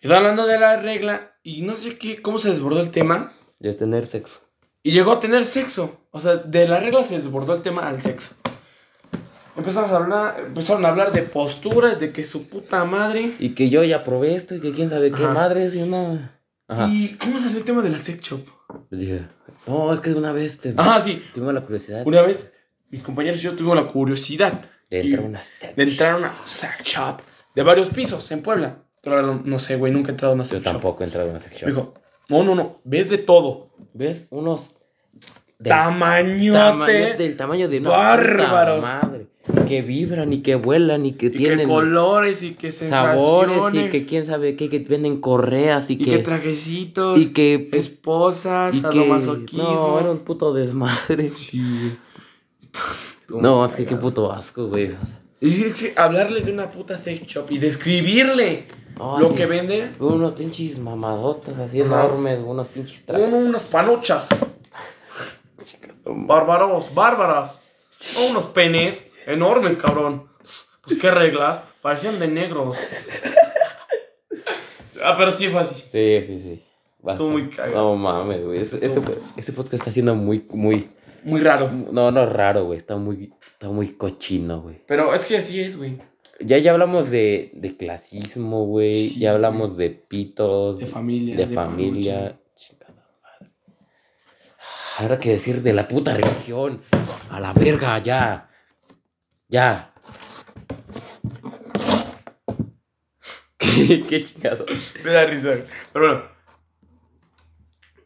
[SPEAKER 1] Estaba hablando de la regla y no sé qué, cómo se desbordó el tema.
[SPEAKER 2] De tener sexo.
[SPEAKER 1] Y llegó a tener sexo. O sea, de la regla se desbordó el tema al sexo. Empezamos a hablar, empezaron a hablar de posturas, de que su puta madre.
[SPEAKER 2] Y que yo ya probé esto y que quién sabe qué
[SPEAKER 1] Ajá.
[SPEAKER 2] madre es y una... Ajá.
[SPEAKER 1] ¿Y cómo salió el tema de la sex shop?
[SPEAKER 2] Pues dije, no, es que una vez te...
[SPEAKER 1] Ajá, sí.
[SPEAKER 2] Tuve la curiosidad
[SPEAKER 1] Una vez, mis compañeros y yo tuvimos la curiosidad
[SPEAKER 2] de entrar a una sex
[SPEAKER 1] de entrar a una sex shop de varios pisos en Puebla. Pero ahora no, no sé, güey, nunca he entrado a una
[SPEAKER 2] Yo
[SPEAKER 1] sex shop.
[SPEAKER 2] tampoco he entrado a una
[SPEAKER 1] Me
[SPEAKER 2] sección.
[SPEAKER 1] dijo, no, no, no, ves de todo.
[SPEAKER 2] ¿Ves? Unos... del
[SPEAKER 1] Tamañote.
[SPEAKER 2] tamaño, del tamaño de una puta
[SPEAKER 1] Bárbaros.
[SPEAKER 2] madre. Que vibran y que vuelan y que
[SPEAKER 1] y
[SPEAKER 2] tienen
[SPEAKER 1] que colores y que sensaciones.
[SPEAKER 2] sabores y que quién sabe qué, que venden correas y,
[SPEAKER 1] y que
[SPEAKER 2] que...
[SPEAKER 1] trajecitos.
[SPEAKER 2] y que...
[SPEAKER 1] esposas,
[SPEAKER 2] y que... No, era un puto desmadre. No, es que qué puto asco, güey. o sea,
[SPEAKER 1] Es que- es que hablarle de una puta sex shop y describirle
[SPEAKER 2] no,
[SPEAKER 1] lo
[SPEAKER 2] así-
[SPEAKER 1] que vende.
[SPEAKER 2] Unos pinches mamadotas así
[SPEAKER 1] Ajá.
[SPEAKER 2] enormes, unos pinches trajes.
[SPEAKER 1] Uno, unas panochas. Bárbaros, bárbaras. O unos penes enormes, cabrón. Pues qué reglas. Parecían de negros. Ah, pero sí fue así.
[SPEAKER 2] Sí, sí, sí. Basta.
[SPEAKER 1] Estuvo muy cagado.
[SPEAKER 2] No mames, güey. Este, este,
[SPEAKER 1] Estuvo-
[SPEAKER 2] este podcast está siendo muy, muy.
[SPEAKER 1] Muy raro.
[SPEAKER 2] No, no raro, güey. Está muy, está muy cochino, güey.
[SPEAKER 1] Pero es que así es, güey.
[SPEAKER 2] Ya, ya hablamos de, de clasismo, güey.
[SPEAKER 1] Sí,
[SPEAKER 2] ya hablamos de pitos,
[SPEAKER 1] De
[SPEAKER 2] de,
[SPEAKER 1] familia.
[SPEAKER 2] familia. Chingada madre. Habrá que decir de la puta religión. A la verga, ya. Ya. qué, qué chingado.
[SPEAKER 1] Me da risa. Pero bueno.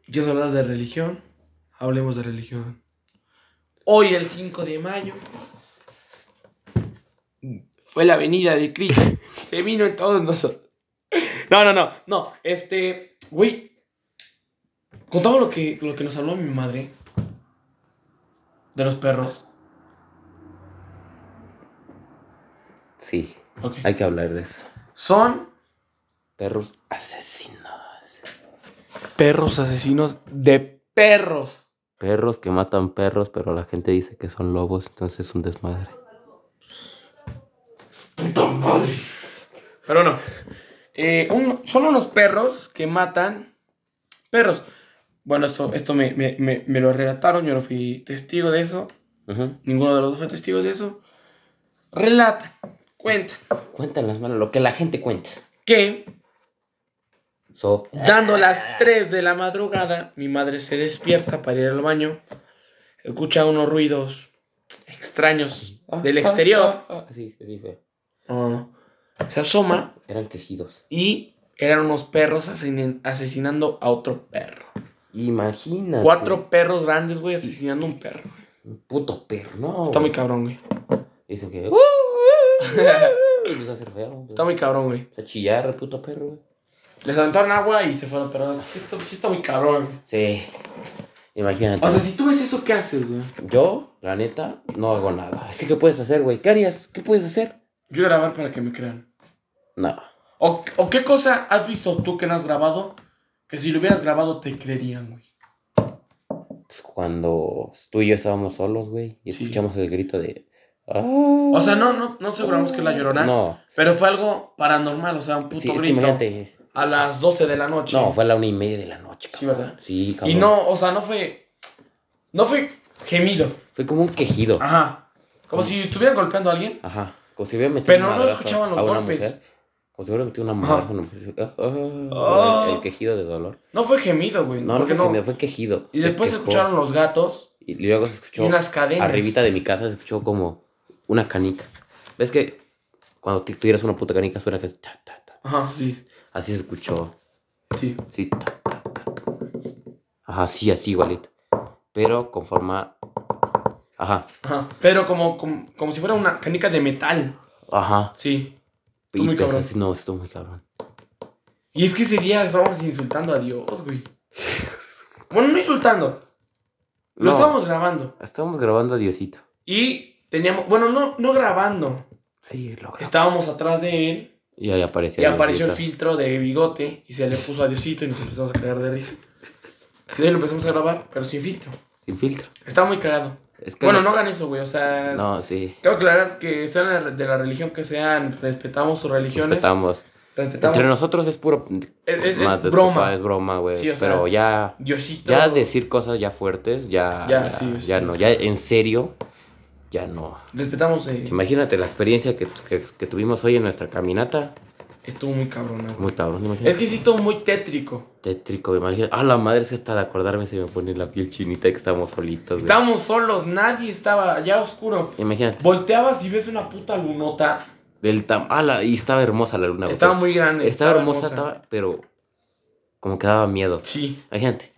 [SPEAKER 1] ¿Quieres hablar de religión? Hablemos de religión. Hoy, el 5 de mayo, fue la venida de Cristo. Se vino en todos nosotros. No, no, no. No, este. Güey. Contamos lo que, lo que nos habló mi madre. De los perros.
[SPEAKER 2] Sí,
[SPEAKER 1] Ok.
[SPEAKER 2] hay que hablar de eso.
[SPEAKER 1] Son
[SPEAKER 2] Perros asesinos.
[SPEAKER 1] perros asesinos de perros.
[SPEAKER 2] Perros que matan perros, pero la gente dice que son lobos, entonces es un desmadre.
[SPEAKER 1] Pero no. Eh, un- son unos perros que matan perros. Bueno, esto, esto me, me- me- me lo relataron, yo no fui testigo de eso.
[SPEAKER 2] Ujú.
[SPEAKER 1] Ninguno de los dos fue testigo de eso. Relatan, cuentan
[SPEAKER 2] Cuentan las manos, lo que la gente cuenta.
[SPEAKER 1] que
[SPEAKER 2] So,
[SPEAKER 1] Dando las 3 de la madrugada, mi madre se despierta para ir al baño. Escucha unos ruidos extraños del exterior.
[SPEAKER 2] Ah, Sí, sí, sí, fue.
[SPEAKER 1] Ah, se asoma
[SPEAKER 2] Eran quejidos.
[SPEAKER 1] y eran unos perros asesin- asesinando a otro perro.
[SPEAKER 2] Imagínate.
[SPEAKER 1] Cuatro perros grandes, güey, asesinando a un perro.
[SPEAKER 2] Un puto perro, ¿no?
[SPEAKER 1] Está muy
[SPEAKER 2] güey.
[SPEAKER 1] cabrón, güey.
[SPEAKER 2] Dicen que. "Uh, uh, uh", y Empieza a hacer feo.
[SPEAKER 1] Está muy cabrón, güey.
[SPEAKER 2] Empieza a chillar el puto perro, güey.
[SPEAKER 1] Les aventaron agua y se fueron, pero sí está, sí está muy cabrón. güey.
[SPEAKER 2] Sí. Imagínate.
[SPEAKER 1] O sea, si tú ves eso, ¿qué haces, güey?
[SPEAKER 2] Yo, la neta, no hago nada. Así que, puedes hacer, güey? ¿Qué harías? ¿Qué puedes hacer?
[SPEAKER 1] Yo grabar para que me crean.
[SPEAKER 2] No.
[SPEAKER 1] ¿O, o qué cosa has visto tú que no has grabado? Que si lo hubieras grabado te creerían, güey.
[SPEAKER 2] Pues cuando tú y yo estábamos solos, güey, y
[SPEAKER 1] Sí.
[SPEAKER 2] escuchamos el grito de. "Ah".
[SPEAKER 1] O sea, no, no, no aseguramos que es la llorona.
[SPEAKER 2] No.
[SPEAKER 1] Pero fue algo paranormal, o sea, un puto
[SPEAKER 2] Sí, es que
[SPEAKER 1] grito.
[SPEAKER 2] imagínate.
[SPEAKER 1] A las 12 de la noche.
[SPEAKER 2] No, fue a la una y media de la noche,
[SPEAKER 1] Sí,
[SPEAKER 2] cabrón.
[SPEAKER 1] ¿verdad?
[SPEAKER 2] Sí,
[SPEAKER 1] Y
[SPEAKER 2] cabrón.
[SPEAKER 1] no, o sea, no fue. No fue gemido.
[SPEAKER 2] Fue como un quejido.
[SPEAKER 1] Ajá. Como si estuvieran golpeando a alguien.
[SPEAKER 2] Ajá. Como si hubiera metido
[SPEAKER 1] Pero
[SPEAKER 2] un
[SPEAKER 1] no
[SPEAKER 2] madrazo
[SPEAKER 1] escuchaban los
[SPEAKER 2] a una
[SPEAKER 1] golpes.
[SPEAKER 2] mujer. Como si hubiera metido una
[SPEAKER 1] Ajá.
[SPEAKER 2] madrazo a una mujer. Ah, ah,
[SPEAKER 1] Ah.
[SPEAKER 2] El, el quejido de dolor.
[SPEAKER 1] No fue gemido, güey.
[SPEAKER 2] No, no
[SPEAKER 1] porque
[SPEAKER 2] fue
[SPEAKER 1] no.
[SPEAKER 2] quejido, fue quejido.
[SPEAKER 1] Y después se
[SPEAKER 2] quejó.
[SPEAKER 1] escucharon los gatos
[SPEAKER 2] Y luego se escuchó.
[SPEAKER 1] y unas cadenas.
[SPEAKER 2] Arribita de mi casa se escuchó como una canica. ¿Ves que cuando tú tiras una puta canica suena que. ta, ta, ta?
[SPEAKER 1] Ajá, sí.
[SPEAKER 2] Así se escuchó.
[SPEAKER 1] Sí.
[SPEAKER 2] Sí. ta, ta, ta. Ajá, sí, así igualito. Pero con forma. Ajá,
[SPEAKER 1] Ajá. Pero como, como, como si fuera una canica de metal.
[SPEAKER 2] ajá.
[SPEAKER 1] Sí. Tú
[SPEAKER 2] Y
[SPEAKER 1] muy
[SPEAKER 2] pues
[SPEAKER 1] cabrón.
[SPEAKER 2] así, no, estuvo muy cabrón.
[SPEAKER 1] Y es que ese día estábamos insultando a Dios, güey. Bueno, no insultando. Lo
[SPEAKER 2] No,
[SPEAKER 1] estábamos grabando.
[SPEAKER 2] estábamos grabando a Diosito.
[SPEAKER 1] Y teníamos. Bueno, no, no grabando.
[SPEAKER 2] Sí, lo grabamos.
[SPEAKER 1] Estábamos atrás de él.
[SPEAKER 2] Y ahí apareció.
[SPEAKER 1] Y apareció el
[SPEAKER 2] Diosito.
[SPEAKER 1] filtro de bigote. Y se le puso a Diosito. Y nos empezamos a cagar de risa. Y de ahí lo empezamos a grabar, pero sin filtro.
[SPEAKER 2] Sin filtro.
[SPEAKER 1] Está muy cagado.
[SPEAKER 2] Es que
[SPEAKER 1] Bueno, no hagan eso, güey. O sea.
[SPEAKER 2] No, sí.
[SPEAKER 1] Quiero aclarar que sean de la religión que sean. Respetamos sus religiones.
[SPEAKER 2] Respetamos.
[SPEAKER 1] Respetamos.
[SPEAKER 2] Entre nosotros es puro.
[SPEAKER 1] Es, es- es
[SPEAKER 2] Más de-
[SPEAKER 1] broma.
[SPEAKER 2] Es broma, güey.
[SPEAKER 1] Sí, o sea,
[SPEAKER 2] Pero ya.
[SPEAKER 1] Diosito.
[SPEAKER 2] Ya decir cosas ya fuertes, ya.
[SPEAKER 1] Ya,
[SPEAKER 2] Ya,
[SPEAKER 1] sí, sí,
[SPEAKER 2] ya
[SPEAKER 1] sí.
[SPEAKER 2] no. Ya en serio, ya no.
[SPEAKER 1] Respetamos. eh,
[SPEAKER 2] Imagínate la experiencia que, que- que tuvimos hoy en nuestra caminata.
[SPEAKER 1] estuvo muy cabrón, güey.
[SPEAKER 2] Muy cabrón,
[SPEAKER 1] Es
[SPEAKER 2] imagínate.
[SPEAKER 1] que sí estuvo muy tétrico.
[SPEAKER 2] Tétrico, imagínate. Ah, la madre es que hasta de acordarme se me pone la piel chinita que estamos solitos. güey.
[SPEAKER 1] Estábamos solos, nadie estaba allá oscuro.
[SPEAKER 2] Imagínate.
[SPEAKER 1] Volteabas y ves una puta lunota.
[SPEAKER 2] Del tam... Ah, la- y estaba hermosa la luna. güey.
[SPEAKER 1] estaba muy grande.
[SPEAKER 2] Estaba hermosa, estaba... Pero como que daba miedo.
[SPEAKER 1] Sí.
[SPEAKER 2] Imagínate.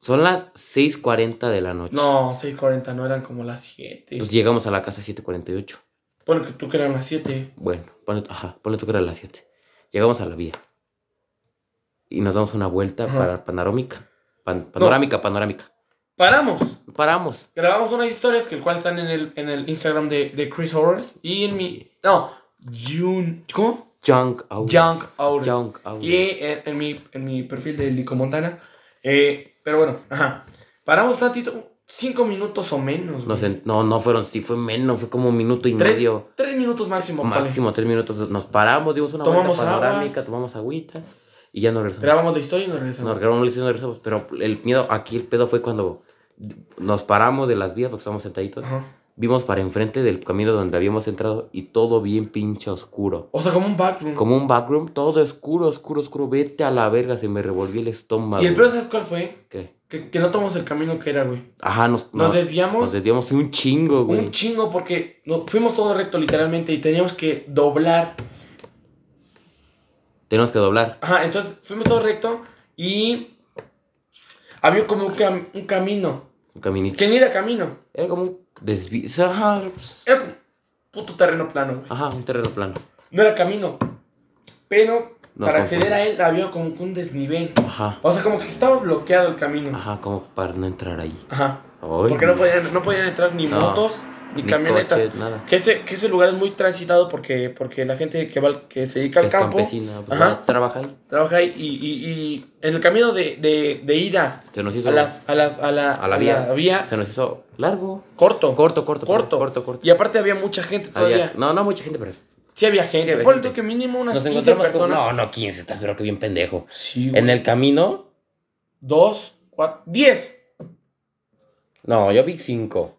[SPEAKER 2] Son las 6.40 de la noche.
[SPEAKER 1] No, 6.40, no eran como las 7.
[SPEAKER 2] Pues llegamos a la casa a 7.48.
[SPEAKER 1] bueno, que tú que eran las 7.
[SPEAKER 2] Bueno, ponle, ajá, ponle tú que era las 7. Llegamos a la vía. Y nos damos una vuelta
[SPEAKER 1] Ajá.
[SPEAKER 2] para panorámica. Pan- panorámica, panorámica.
[SPEAKER 1] Paramos.
[SPEAKER 2] Paramos.
[SPEAKER 1] Grabamos unas historias que el cual están en el, en el Instagram de, de Chris Horrors y en mi. No, June. ¿Cómo?
[SPEAKER 2] Junk Hours.
[SPEAKER 1] Junk Horrors.
[SPEAKER 2] Junk Hours.
[SPEAKER 1] Y eh, en, en mi, en mi perfil de Lico Montana. Eh, pero bueno, ajá. Paramos tantito, 5 minutos o menos.
[SPEAKER 2] Nos
[SPEAKER 1] güey.
[SPEAKER 2] en- no, no fueron, sí fue menos, fue como un minuto y
[SPEAKER 1] Tres-
[SPEAKER 2] medio.
[SPEAKER 1] Tres minutos máximo, ponle.
[SPEAKER 2] Máximo tres minutos. Nos paramos, dimos una
[SPEAKER 1] Tomamos
[SPEAKER 2] vuelta panorámica, tomamos agüita y ya nos regresamos.
[SPEAKER 1] Grabamos la historia y nos regresamos.
[SPEAKER 2] Nos grabamos, nos regresamos. Pero el miedo, aquí el pedo fue cuando nos paramos de las vías porque estábamos sentaditos.
[SPEAKER 1] Ajá.
[SPEAKER 2] Vimos para enfrente del camino donde habíamos entrado y todo bien pinche oscuro.
[SPEAKER 1] O sea, como un backroom.
[SPEAKER 2] Como un backroom, todo oscuro, oscuro, oscuro. Vete a la verga, se me revolvió el estómago.
[SPEAKER 1] Y el peor, ¿sabes cuál fue?
[SPEAKER 2] ¿Qué?
[SPEAKER 1] Que, que no tomamos el camino que era, güey.
[SPEAKER 2] Ajá, nos,
[SPEAKER 1] Nos
[SPEAKER 2] nos,
[SPEAKER 1] desviamos
[SPEAKER 2] nos desviamos un chingo, güey.
[SPEAKER 1] un chingo porque no, fuimos todo recto literalmente y teníamos que doblar.
[SPEAKER 2] Tenemos que doblar.
[SPEAKER 1] Ajá, entonces fuimos todo recto y había como un, cam- un camino.
[SPEAKER 2] Un caminito.
[SPEAKER 1] Que ni era camino.
[SPEAKER 2] Era como un desvío. Ajá, pues,
[SPEAKER 1] Era como puto terreno plano, güey.
[SPEAKER 2] ajá, un terreno plano.
[SPEAKER 1] No era camino. Pero
[SPEAKER 2] Nos
[SPEAKER 1] para acceder
[SPEAKER 2] confundimos.
[SPEAKER 1] a él había como que un desnivel.
[SPEAKER 2] Ajá,
[SPEAKER 1] O sea, como que estaba bloqueado el camino.
[SPEAKER 2] ajá, como para no entrar ahí.
[SPEAKER 1] Ajá.
[SPEAKER 2] Ay,
[SPEAKER 1] Porque no podían, no podían entrar ni
[SPEAKER 2] No.
[SPEAKER 1] motos, ni,
[SPEAKER 2] ni
[SPEAKER 1] camionetas.
[SPEAKER 2] coches, nada.
[SPEAKER 1] que, ese, que ese lugar es muy transitado porque, porque la gente que, va, al- que se dedica al
[SPEAKER 2] Es
[SPEAKER 1] campo
[SPEAKER 2] campesina, pues,
[SPEAKER 1] Ajá.
[SPEAKER 2] va, trabaja ahí.
[SPEAKER 1] trabaja ahí y, y, y en el camino de, de, de ida
[SPEAKER 2] Se nos hizo,
[SPEAKER 1] a, las, a, las, a, la,
[SPEAKER 2] A la vía. se nos hizo largo.
[SPEAKER 1] corto.
[SPEAKER 2] Corto,
[SPEAKER 1] Corto.
[SPEAKER 2] corto, corto, corto, corto.
[SPEAKER 1] Y aparte había mucha gente todavía.
[SPEAKER 2] Había- no, no mucha gente, pero
[SPEAKER 1] Sí había gente.
[SPEAKER 2] Sí había
[SPEAKER 1] Ponle tú
[SPEAKER 2] gente.
[SPEAKER 1] que mínimo unas
[SPEAKER 2] nos
[SPEAKER 1] 15
[SPEAKER 2] encontramos con-
[SPEAKER 1] personas.
[SPEAKER 2] No, no, 15, estás pero que bien pendejo.
[SPEAKER 1] Sí, güey.
[SPEAKER 2] En el camino,
[SPEAKER 1] Dos, cuatro, diez.
[SPEAKER 2] no, yo vi 5.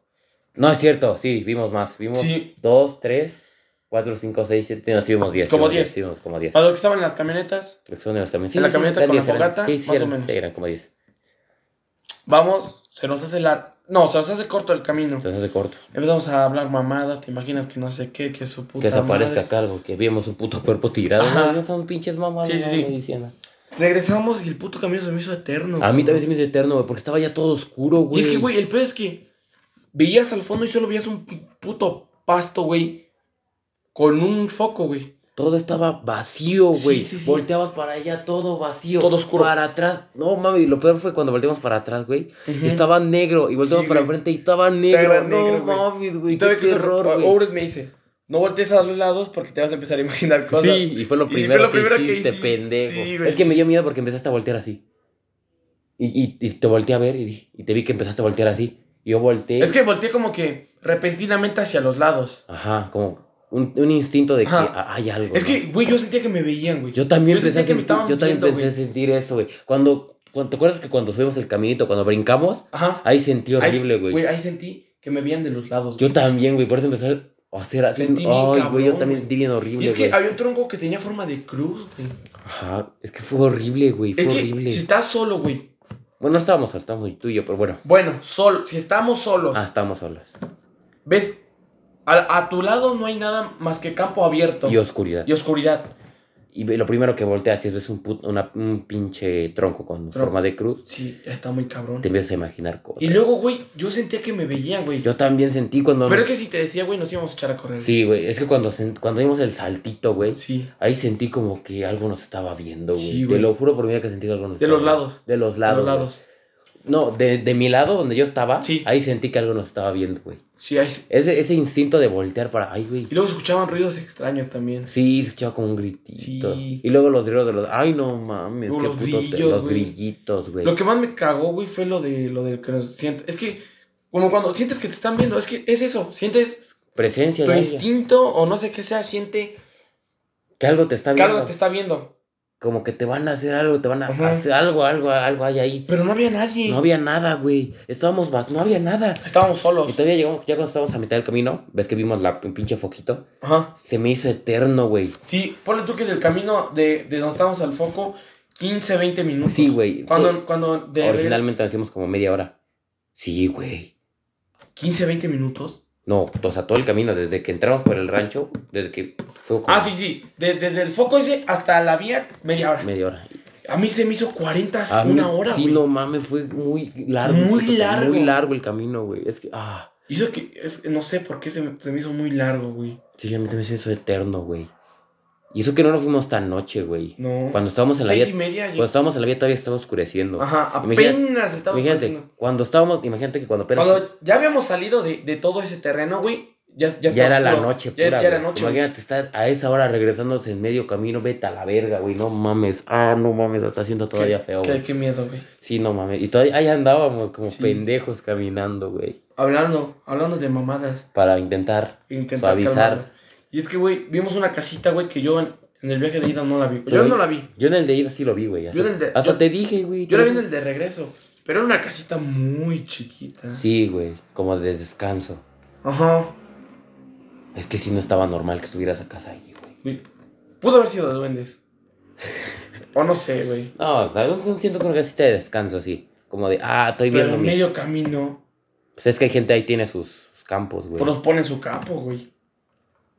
[SPEAKER 2] No, es cierto, sí, vimos más. Vimos
[SPEAKER 1] Sí.
[SPEAKER 2] 2, 3, 4, 5, 6, 7, nos vimos 10.
[SPEAKER 1] Como 10.
[SPEAKER 2] como 10.
[SPEAKER 1] Para lo que estaban en las camionetas,
[SPEAKER 2] Son de los también.
[SPEAKER 1] En la camioneta
[SPEAKER 2] eran
[SPEAKER 1] con la
[SPEAKER 2] 10, eran-
[SPEAKER 1] fogata,
[SPEAKER 2] Sí, sí,
[SPEAKER 1] más o
[SPEAKER 2] eran,
[SPEAKER 1] menos.
[SPEAKER 2] sí, eran como 10.
[SPEAKER 1] vamos, se nos hace la... No, se nos hace corto el camino.
[SPEAKER 2] Entonces hace corto.
[SPEAKER 1] Empezamos a hablar mamadas, te imaginas que no sé qué, que su puta
[SPEAKER 2] Que desaparezca
[SPEAKER 1] madre.
[SPEAKER 2] cargo, que vimos un puto cuerpo tirado.
[SPEAKER 1] Ajá.
[SPEAKER 2] No, son pinches mamás.
[SPEAKER 1] Sí, sí, sí. Regresamos y el puto camino se me hizo eterno.
[SPEAKER 2] A mí
[SPEAKER 1] cabrón.
[SPEAKER 2] también se me hizo eterno, güey, porque estaba ya todo oscuro,
[SPEAKER 1] Y
[SPEAKER 2] güey.
[SPEAKER 1] es que, güey, el pedo es que veías al fondo y solo veías un puto pasto, güey, con un foco, güey.
[SPEAKER 2] Todo estaba vacío,
[SPEAKER 1] Sí,
[SPEAKER 2] güey.
[SPEAKER 1] sí, sí.
[SPEAKER 2] Volteabas para allá, todo vacío.
[SPEAKER 1] Todo oscuro.
[SPEAKER 2] Para atrás. No, mami, lo peor fue cuando volteamos para atrás, güey.
[SPEAKER 1] Ujú.
[SPEAKER 2] Y estaba negro. Y volteamos
[SPEAKER 1] Sí,
[SPEAKER 2] para
[SPEAKER 1] güey.
[SPEAKER 2] enfrente y estaba negro.
[SPEAKER 1] Estaba
[SPEAKER 2] no
[SPEAKER 1] negro, güey.
[SPEAKER 2] mames, güey.
[SPEAKER 1] Y
[SPEAKER 2] Qué
[SPEAKER 1] todavía que
[SPEAKER 2] terror,
[SPEAKER 1] terror,
[SPEAKER 2] güey.
[SPEAKER 1] Obres me dice, no voltees a los lados porque te vas a empezar a imaginar cosas.
[SPEAKER 2] Sí, y fue lo
[SPEAKER 1] Y fue
[SPEAKER 2] primero,
[SPEAKER 1] lo primero que
[SPEAKER 2] que hiciste,
[SPEAKER 1] hice.
[SPEAKER 2] pendejo.
[SPEAKER 1] Sí, güey.
[SPEAKER 2] es que me dio miedo porque empezaste a voltear así. Y, y- y te volteé a ver y, dije- y te vi que empezaste a voltear así. Y yo volteé.
[SPEAKER 1] Es que volteé como que repentinamente hacia los lados.
[SPEAKER 2] Ajá, como un, un instinto de que
[SPEAKER 1] Ajá.
[SPEAKER 2] ah, hay algo.
[SPEAKER 1] Es
[SPEAKER 2] ¿no?
[SPEAKER 1] que, güey, yo sentía que me veían, güey.
[SPEAKER 2] Yo también
[SPEAKER 1] yo
[SPEAKER 2] empecé
[SPEAKER 1] sentía
[SPEAKER 2] a
[SPEAKER 1] que me
[SPEAKER 2] sentir,
[SPEAKER 1] estaban
[SPEAKER 2] yo también
[SPEAKER 1] viendo,
[SPEAKER 2] empecé
[SPEAKER 1] güey.
[SPEAKER 2] a sentir eso, güey. Cuando, cuando- ¿Te acuerdas que cuando subimos el caminito, cuando brincamos?
[SPEAKER 1] Ajá.
[SPEAKER 2] Ahí sentí
[SPEAKER 1] Ahí-
[SPEAKER 2] horrible, güey.
[SPEAKER 1] Güey, ahí sentí que me veían de los lados.
[SPEAKER 2] Yo
[SPEAKER 1] güey.
[SPEAKER 2] también, güey, por eso empecé a hacer así.
[SPEAKER 1] Sentí bien
[SPEAKER 2] Ay, güey, yo
[SPEAKER 1] cabrón,
[SPEAKER 2] también
[SPEAKER 1] güey.
[SPEAKER 2] sentí bien
[SPEAKER 1] Y
[SPEAKER 2] horrible,
[SPEAKER 1] es que
[SPEAKER 2] güey.
[SPEAKER 1] había un tronco que tenía forma de cruz, güey.
[SPEAKER 2] Ajá, es que fue horrible, güey, fue
[SPEAKER 1] Es que
[SPEAKER 2] horrible.
[SPEAKER 1] si estás solo, güey.
[SPEAKER 2] Bueno, no estábamos solos, estábamos tú y yo, pero bueno.
[SPEAKER 1] Bueno, sol, si estamos solos,
[SPEAKER 2] Ah, estábamos solos.
[SPEAKER 1] ves, a, a tu lado no hay nada más que campo abierto
[SPEAKER 2] Y oscuridad.
[SPEAKER 1] y oscuridad.
[SPEAKER 2] Y ve- lo primero que volteas es ves un, put- una- un pinche tronco con
[SPEAKER 1] Tronco.
[SPEAKER 2] forma de cruz.
[SPEAKER 1] Sí, está muy cabrón.
[SPEAKER 2] Te empiezas a imaginar cosas.
[SPEAKER 1] Y luego, güey, yo sentía que me veían, güey.
[SPEAKER 2] Yo también sentí cuando...
[SPEAKER 1] Pero es que si te decía, güey, nos íbamos a echar a correr.
[SPEAKER 2] Sí, güey, es que cuando, sen- cuando dimos el saltito, güey,
[SPEAKER 1] Sí.
[SPEAKER 2] ahí sentí como que algo nos estaba viendo, güey.
[SPEAKER 1] Sí,
[SPEAKER 2] Te
[SPEAKER 1] güey.
[SPEAKER 2] lo juro por mi vida que sentí que algo nos
[SPEAKER 1] De
[SPEAKER 2] estaba
[SPEAKER 1] los
[SPEAKER 2] viendo.
[SPEAKER 1] lados.
[SPEAKER 2] De los
[SPEAKER 1] De
[SPEAKER 2] lados.
[SPEAKER 1] los
[SPEAKER 2] güey.
[SPEAKER 1] lados.
[SPEAKER 2] No, de, de mi lado, donde yo estaba,
[SPEAKER 1] Sí.
[SPEAKER 2] ahí sentí que algo nos estaba viendo, güey.
[SPEAKER 1] Sí, ahí-
[SPEAKER 2] Ese, ese instinto de voltear para... Ay, güey.
[SPEAKER 1] Y luego se escuchaban ruidos extraños también.
[SPEAKER 2] Sí, se escuchaba como un gritito.
[SPEAKER 1] Sí.
[SPEAKER 2] Y luego los gritos de los... Ay, no mames,
[SPEAKER 1] Luego
[SPEAKER 2] qué
[SPEAKER 1] los
[SPEAKER 2] puto... te-
[SPEAKER 1] grillos,
[SPEAKER 2] los
[SPEAKER 1] güey.
[SPEAKER 2] grillitos, güey.
[SPEAKER 1] Lo que más me cagó, güey, fue lo de lo de que nos siento. Es que, como cuando sientes que te están viendo, es que es eso. Sientes
[SPEAKER 2] Presencia,
[SPEAKER 1] tu
[SPEAKER 2] de alguien.
[SPEAKER 1] instinto o no sé qué sea, siente
[SPEAKER 2] Que algo te está
[SPEAKER 1] que
[SPEAKER 2] viendo.
[SPEAKER 1] algo te está viendo.
[SPEAKER 2] Como que te van a hacer algo, te van a
[SPEAKER 1] Ajá.
[SPEAKER 2] hacer algo, algo, algo hay ahí.
[SPEAKER 1] Pero no había nadie.
[SPEAKER 2] No había nada, güey. Estábamos más, no había nada.
[SPEAKER 1] Estábamos
[SPEAKER 2] Y
[SPEAKER 1] solos.
[SPEAKER 2] todavía llegamos, ya cuando estábamos a mitad del camino, ves que vimos la, un pinche foquito.
[SPEAKER 1] Ajá.
[SPEAKER 2] Se me hizo eterno, güey.
[SPEAKER 1] Sí, ponle tú que del camino de, de donde estábamos al foco, 15, 20 minutos.
[SPEAKER 2] Sí, güey.
[SPEAKER 1] Cuando, cuando de
[SPEAKER 2] Fue- Originalmente nos hicimos como media hora. Sí, güey.
[SPEAKER 1] 15, 20 minutos.
[SPEAKER 2] No, o sea, todo el camino, desde que entramos por el rancho, desde que fue como
[SPEAKER 1] Ah, sí, sí. De- desde el foco ese hasta la vía, media hora.
[SPEAKER 2] media hora.
[SPEAKER 1] A mí se me hizo 40,
[SPEAKER 2] A mí-
[SPEAKER 1] una hora,
[SPEAKER 2] Ah, Sí,
[SPEAKER 1] güey.
[SPEAKER 2] no mames, fue muy largo. el
[SPEAKER 1] Muy
[SPEAKER 2] puto camino,
[SPEAKER 1] largo.
[SPEAKER 2] Muy largo el camino, güey. Es que, ah.
[SPEAKER 1] Hizo que, es- no sé por qué se me, se me hizo muy largo, güey.
[SPEAKER 2] Sí, a mí también se hizo eterno, güey. Y eso que no nos fuimos tan noche, güey.
[SPEAKER 1] No.
[SPEAKER 2] Cuando estábamos en la
[SPEAKER 1] Seis y
[SPEAKER 2] vía,
[SPEAKER 1] media.
[SPEAKER 2] cuando
[SPEAKER 1] yo-
[SPEAKER 2] estábamos en la vía todavía estaba oscureciendo.
[SPEAKER 1] Ajá,
[SPEAKER 2] Imagina-
[SPEAKER 1] apenas estaba
[SPEAKER 2] imagínate,
[SPEAKER 1] pasando.
[SPEAKER 2] cuando estábamos, imagínate que cuando apenas
[SPEAKER 1] Cuando ya habíamos salido de, de todo ese terreno, güey, ya, ya,
[SPEAKER 2] ya,
[SPEAKER 1] estaba
[SPEAKER 2] era la
[SPEAKER 1] oscuro.
[SPEAKER 2] noche
[SPEAKER 1] Ya,
[SPEAKER 2] pura,
[SPEAKER 1] ya era
[SPEAKER 2] güey.
[SPEAKER 1] noche. güey.
[SPEAKER 2] Imagínate estar a esa hora regresándose en medio camino, vete a la verga, güey, no mames. Ah, no mames, lo está haciendo todavía
[SPEAKER 1] Qué-
[SPEAKER 2] feo,
[SPEAKER 1] Qué,
[SPEAKER 2] güey.
[SPEAKER 1] qué miedo, güey.
[SPEAKER 2] Sí, no mames. Y todavía ahí andábamos como
[SPEAKER 1] Sí.
[SPEAKER 2] pendejos caminando, güey,
[SPEAKER 1] Hablando, hablando de mamadas.
[SPEAKER 2] para intentar
[SPEAKER 1] Intentar
[SPEAKER 2] Suavizar.
[SPEAKER 1] calmarlo. Y es que, güey, vimos una casita, güey, que yo en, en el viaje de ida no la vi. Yo
[SPEAKER 2] Pero-
[SPEAKER 1] no la vi.
[SPEAKER 2] Yo en el de ida sí lo vi, güey.
[SPEAKER 1] Yo en
[SPEAKER 2] Hasta,
[SPEAKER 1] el de-
[SPEAKER 2] hasta
[SPEAKER 1] yo-
[SPEAKER 2] te dije, güey.
[SPEAKER 1] Yo la
[SPEAKER 2] te
[SPEAKER 1] vi en
[SPEAKER 2] dije.
[SPEAKER 1] el de regreso. Pero era una casita muy chiquita.
[SPEAKER 2] Sí, güey, como de descanso.
[SPEAKER 1] Ajá.
[SPEAKER 2] Es que sí no estaba normal que estuvieras a casa ahí, güey.
[SPEAKER 1] Güey, Pudo haber sido de duendes. O no sé, güey.
[SPEAKER 2] No, o sea, yo siento que una casita de descanso así, como de, ah, estoy
[SPEAKER 1] Pero
[SPEAKER 2] viendo
[SPEAKER 1] en
[SPEAKER 2] mis
[SPEAKER 1] medio camino,
[SPEAKER 2] Pues es que hay gente ahí tiene sus, sus campos, güey.
[SPEAKER 1] pues los pone en su campo, güey.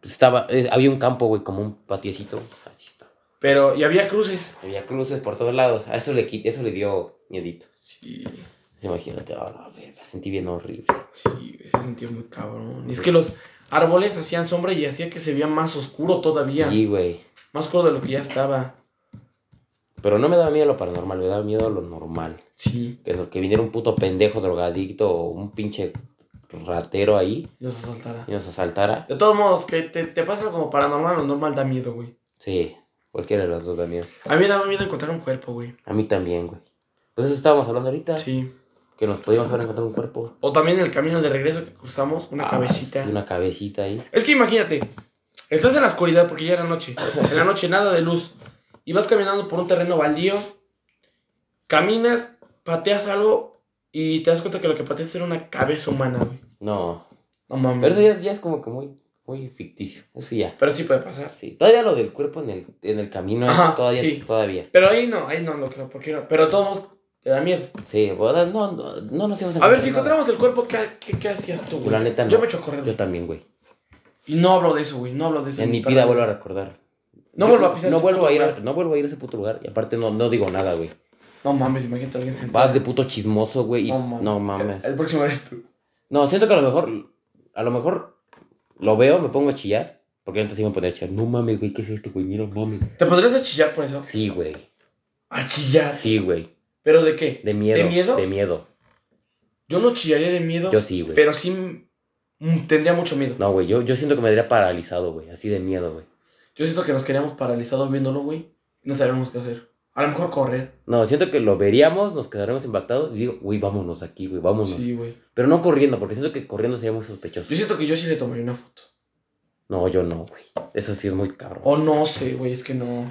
[SPEAKER 2] Pues estaba, eh, había un campo, güey, como un patiecito. Así está.
[SPEAKER 1] Pero, y había cruces.
[SPEAKER 2] Había cruces por todos lados. A eso le qui- eso le dio miedito.
[SPEAKER 1] Sí,
[SPEAKER 2] Imagínate, ah, la verga, sentí bien horrible.
[SPEAKER 1] sí, güey, se sentía muy cabrón. Y es que los árboles hacían sombra y hacía que se veía más oscuro todavía.
[SPEAKER 2] Sí, güey.
[SPEAKER 1] Más oscuro de lo que ya estaba.
[SPEAKER 2] Pero no me daba miedo lo paranormal, me daba miedo lo normal.
[SPEAKER 1] Sí.
[SPEAKER 2] Que, que viniera un puto pendejo drogadicto o un pinche ratero ahí
[SPEAKER 1] Nos asaltará.
[SPEAKER 2] y nos asaltara,
[SPEAKER 1] De todos modos, que te, te pasa algo como paranormal o normal da miedo, güey.
[SPEAKER 2] sí, cualquiera de los dos también.
[SPEAKER 1] A mí me daba miedo encontrar un cuerpo, güey.
[SPEAKER 2] A mí también, güey. Pues eso estábamos hablando ahorita,
[SPEAKER 1] Sí.
[SPEAKER 2] que nos podíamos haber encontrado un cuerpo.
[SPEAKER 1] O también el camino de regreso que cruzamos, una
[SPEAKER 2] Ah,
[SPEAKER 1] cabecita.
[SPEAKER 2] sí, Una cabecita ahí.
[SPEAKER 1] Es que imagínate, estás en la oscuridad porque ya era noche. En la noche nada de luz. Y vas caminando por un terreno baldío. Caminas, pateas algo y te das cuenta que lo que pateaste era una cabeza humana, güey.
[SPEAKER 2] No,
[SPEAKER 1] No mames.
[SPEAKER 2] pero eso ya, ya es como que muy, muy ficticio. Eso ya.
[SPEAKER 1] Pero sí puede pasar.
[SPEAKER 2] Sí, todavía lo del cuerpo en el, en el camino,
[SPEAKER 1] Ajá,
[SPEAKER 2] todavía,
[SPEAKER 1] sí.
[SPEAKER 2] todavía.
[SPEAKER 1] Pero ahí no, ahí no lo creo, porque no. Pero de todos modos, te da miedo.
[SPEAKER 2] Sí, bueno, no, no, no nos íbamos
[SPEAKER 1] A ver, si
[SPEAKER 2] nada.
[SPEAKER 1] encontramos el cuerpo, ¿qué, qué, qué hacías tú, güey?
[SPEAKER 2] La neta, no.
[SPEAKER 1] Yo me echo a correr.
[SPEAKER 2] Yo
[SPEAKER 1] güey.
[SPEAKER 2] también, güey.
[SPEAKER 1] Y no hablo de eso, güey. No hablo de eso.
[SPEAKER 2] En
[SPEAKER 1] ni
[SPEAKER 2] mi
[SPEAKER 1] para
[SPEAKER 2] vida
[SPEAKER 1] nada.
[SPEAKER 2] vuelvo a recordar.
[SPEAKER 1] No
[SPEAKER 2] Yo
[SPEAKER 1] vuelvo a pisar
[SPEAKER 2] no
[SPEAKER 1] ese
[SPEAKER 2] vuelvo
[SPEAKER 1] puto
[SPEAKER 2] a ir a,
[SPEAKER 1] lugar.
[SPEAKER 2] No vuelvo a ir a ese puto lugar. Y aparte no, no digo nada, güey.
[SPEAKER 1] No mames, imagínate a alguien sentado.
[SPEAKER 2] Vas de puto chismoso, güey. y- No mames.
[SPEAKER 1] El, el próximo eres tú.
[SPEAKER 2] No, siento que a lo mejor. A lo mejor lo veo, me pongo a chillar. Porque antes iba a poner a chillar. No mames, güey, ¿qué es esto, güey? Mira, mames.
[SPEAKER 1] ¿Te podrías a chillar por eso?
[SPEAKER 2] Sí, güey.
[SPEAKER 1] A chillar.
[SPEAKER 2] Sí, güey.
[SPEAKER 1] ¿Pero de qué?
[SPEAKER 2] De miedo.
[SPEAKER 1] ¿De miedo?
[SPEAKER 2] De miedo.
[SPEAKER 1] Yo no chillaría de miedo,
[SPEAKER 2] Yo sí, güey.
[SPEAKER 1] pero sí mm, tendría mucho miedo.
[SPEAKER 2] No, güey, yo, yo siento que me daría paralizado, güey. Así de miedo, güey.
[SPEAKER 1] Yo siento que nos quedaríamos paralizados viéndolo, güey. y No sabríamos qué hacer. A lo mejor correr.
[SPEAKER 2] No, siento que lo veríamos, nos quedaremos impactados y digo, güey, vámonos aquí, güey, vámonos.
[SPEAKER 1] Sí, güey.
[SPEAKER 2] Pero no corriendo, porque siento que corriendo sería muy sospechoso.
[SPEAKER 1] Yo siento que yo sí le tomaría una foto.
[SPEAKER 2] No, yo no, güey. Eso sí es muy caro.
[SPEAKER 1] O no sé, güey, es que no.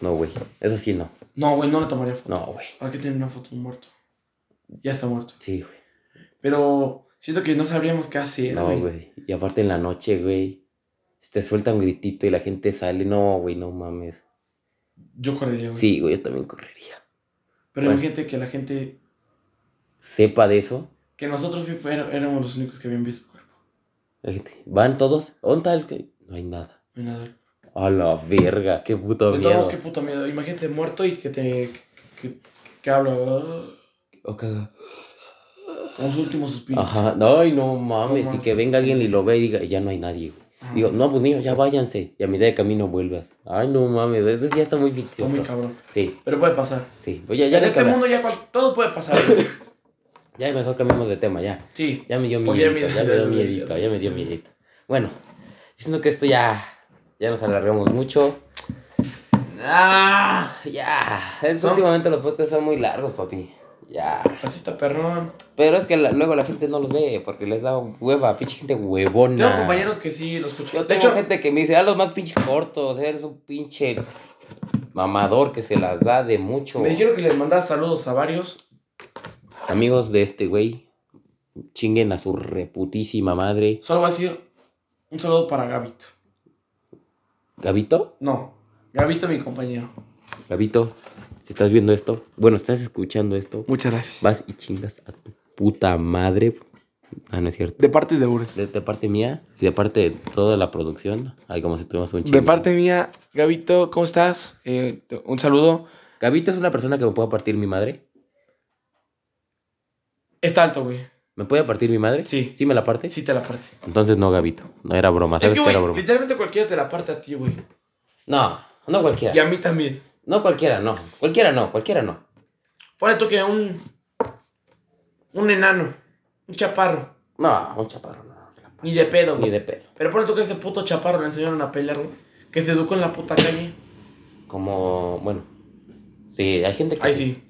[SPEAKER 2] No, güey. Eso sí no.
[SPEAKER 1] No, güey, no le tomaría foto.
[SPEAKER 2] No, güey.
[SPEAKER 1] ¿Para qué tiene una foto de un muerto? Ya está muerto.
[SPEAKER 2] Sí, güey.
[SPEAKER 1] Pero siento que no sabríamos qué hacer,
[SPEAKER 2] No,
[SPEAKER 1] güey.
[SPEAKER 2] güey. Y aparte en la noche, güey. si Te suelta un gritito y la gente sale. No, güey, no mames.
[SPEAKER 1] Yo correría, güey.
[SPEAKER 2] Sí, güey, yo también correría.
[SPEAKER 1] Pero
[SPEAKER 2] bueno.
[SPEAKER 1] imagínate que la gente.
[SPEAKER 2] Sepa de eso.
[SPEAKER 1] Que nosotros fui- fuera- éramos los únicos que habían visto el cuerpo.
[SPEAKER 2] La gente, Van todos. ¿Dónde está el que.? No hay nada.
[SPEAKER 1] No hay nada.
[SPEAKER 2] A la verga. Qué puto
[SPEAKER 1] De todos
[SPEAKER 2] miedo.
[SPEAKER 1] modos, qué puto miedo. Imagínate muerto y que te. que, que, que habla. ah,
[SPEAKER 2] Ok.
[SPEAKER 1] Como su último suspiro.
[SPEAKER 2] Ajá. No, ay, no mames.
[SPEAKER 1] No
[SPEAKER 2] y
[SPEAKER 1] mames.
[SPEAKER 2] que venga alguien y lo ve y diga, ya no hay nadie, güey.
[SPEAKER 1] Ajá.
[SPEAKER 2] Digo, no, pues niño, ya váyanse. Y a mitad de camino vuelvas. Ay, no mames. Eso ya está muy
[SPEAKER 1] Está
[SPEAKER 2] ficticio.
[SPEAKER 1] muy cabrón.
[SPEAKER 2] Sí,
[SPEAKER 1] Pero puede pasar.
[SPEAKER 2] sí. Oye, ya
[SPEAKER 1] en
[SPEAKER 2] no
[SPEAKER 1] este mundo ya cual- todo puede pasar. güey.
[SPEAKER 2] Ya mejor cambiamos de tema, ya.
[SPEAKER 1] sí.
[SPEAKER 2] Ya me dio
[SPEAKER 1] Porque ya
[SPEAKER 2] miedito,
[SPEAKER 1] me-
[SPEAKER 2] ya me dio miedito, ya me dio miedito. Bueno, yo siento que esto ya, ya nos alargamos mucho. Ah, ya. Es que
[SPEAKER 1] Son-
[SPEAKER 2] últimamente los podcasts son muy largos, papi. Ya.
[SPEAKER 1] Así está perrón.
[SPEAKER 2] Pero es que la- luego la gente no los ve porque les da hueva, pinche gente huevona.
[SPEAKER 1] Tengo compañeros que sí lo
[SPEAKER 2] Yo
[SPEAKER 1] escuchan. De
[SPEAKER 2] tengo
[SPEAKER 1] hecho,
[SPEAKER 2] gente que me dice, ah, los más pinches cortos, eres un pinche mamador que se las da de mucho.
[SPEAKER 1] me dijeron que les mandaba saludos a varios.
[SPEAKER 2] Amigos de este güey, chinguen a su reputísima madre.
[SPEAKER 1] Solo voy a decir un saludo para Gabito.
[SPEAKER 2] ¿Gabito?
[SPEAKER 1] No, Gabito, mi compañero.
[SPEAKER 2] Gabito, si estás viendo esto, bueno, estás escuchando esto,
[SPEAKER 1] Muchas gracias.
[SPEAKER 2] vas y chingas a tu puta madre. Ah, no es cierto.
[SPEAKER 1] De parte de Ures.
[SPEAKER 2] De, de parte mía y de parte de toda la producción. Ay, como si tuviéramos un chingo.
[SPEAKER 1] De parte mía, Gabito, ¿cómo estás? Eh, te- un saludo.
[SPEAKER 2] Gabito es una persona que me puede partir mi madre.
[SPEAKER 1] Está alto, güey.
[SPEAKER 2] ¿Me puede partir mi madre?
[SPEAKER 1] Sí.
[SPEAKER 2] ¿Sí me la parte?
[SPEAKER 1] Sí te la parte.
[SPEAKER 2] Entonces no, Gabito. No era broma,
[SPEAKER 1] Es
[SPEAKER 2] ¿sabes
[SPEAKER 1] que,
[SPEAKER 2] que,
[SPEAKER 1] güey,
[SPEAKER 2] era broma?
[SPEAKER 1] literalmente cualquiera te la parte a ti, güey.
[SPEAKER 2] No, no cualquiera.
[SPEAKER 1] Y a mí también.
[SPEAKER 2] No cualquiera, no. Cualquiera no, cualquiera no.
[SPEAKER 1] Pone tú que un. Un enano. Un chaparro.
[SPEAKER 2] No, un chaparro, no.
[SPEAKER 1] Ni de pedo,
[SPEAKER 2] Ni
[SPEAKER 1] güey.
[SPEAKER 2] de pedo.
[SPEAKER 1] Pero pone tú que ese puto chaparro le enseñaron a pelear, güey. Que se educó en la puta calle.
[SPEAKER 2] Como, bueno. Sí, hay gente que...
[SPEAKER 1] Ay, sí.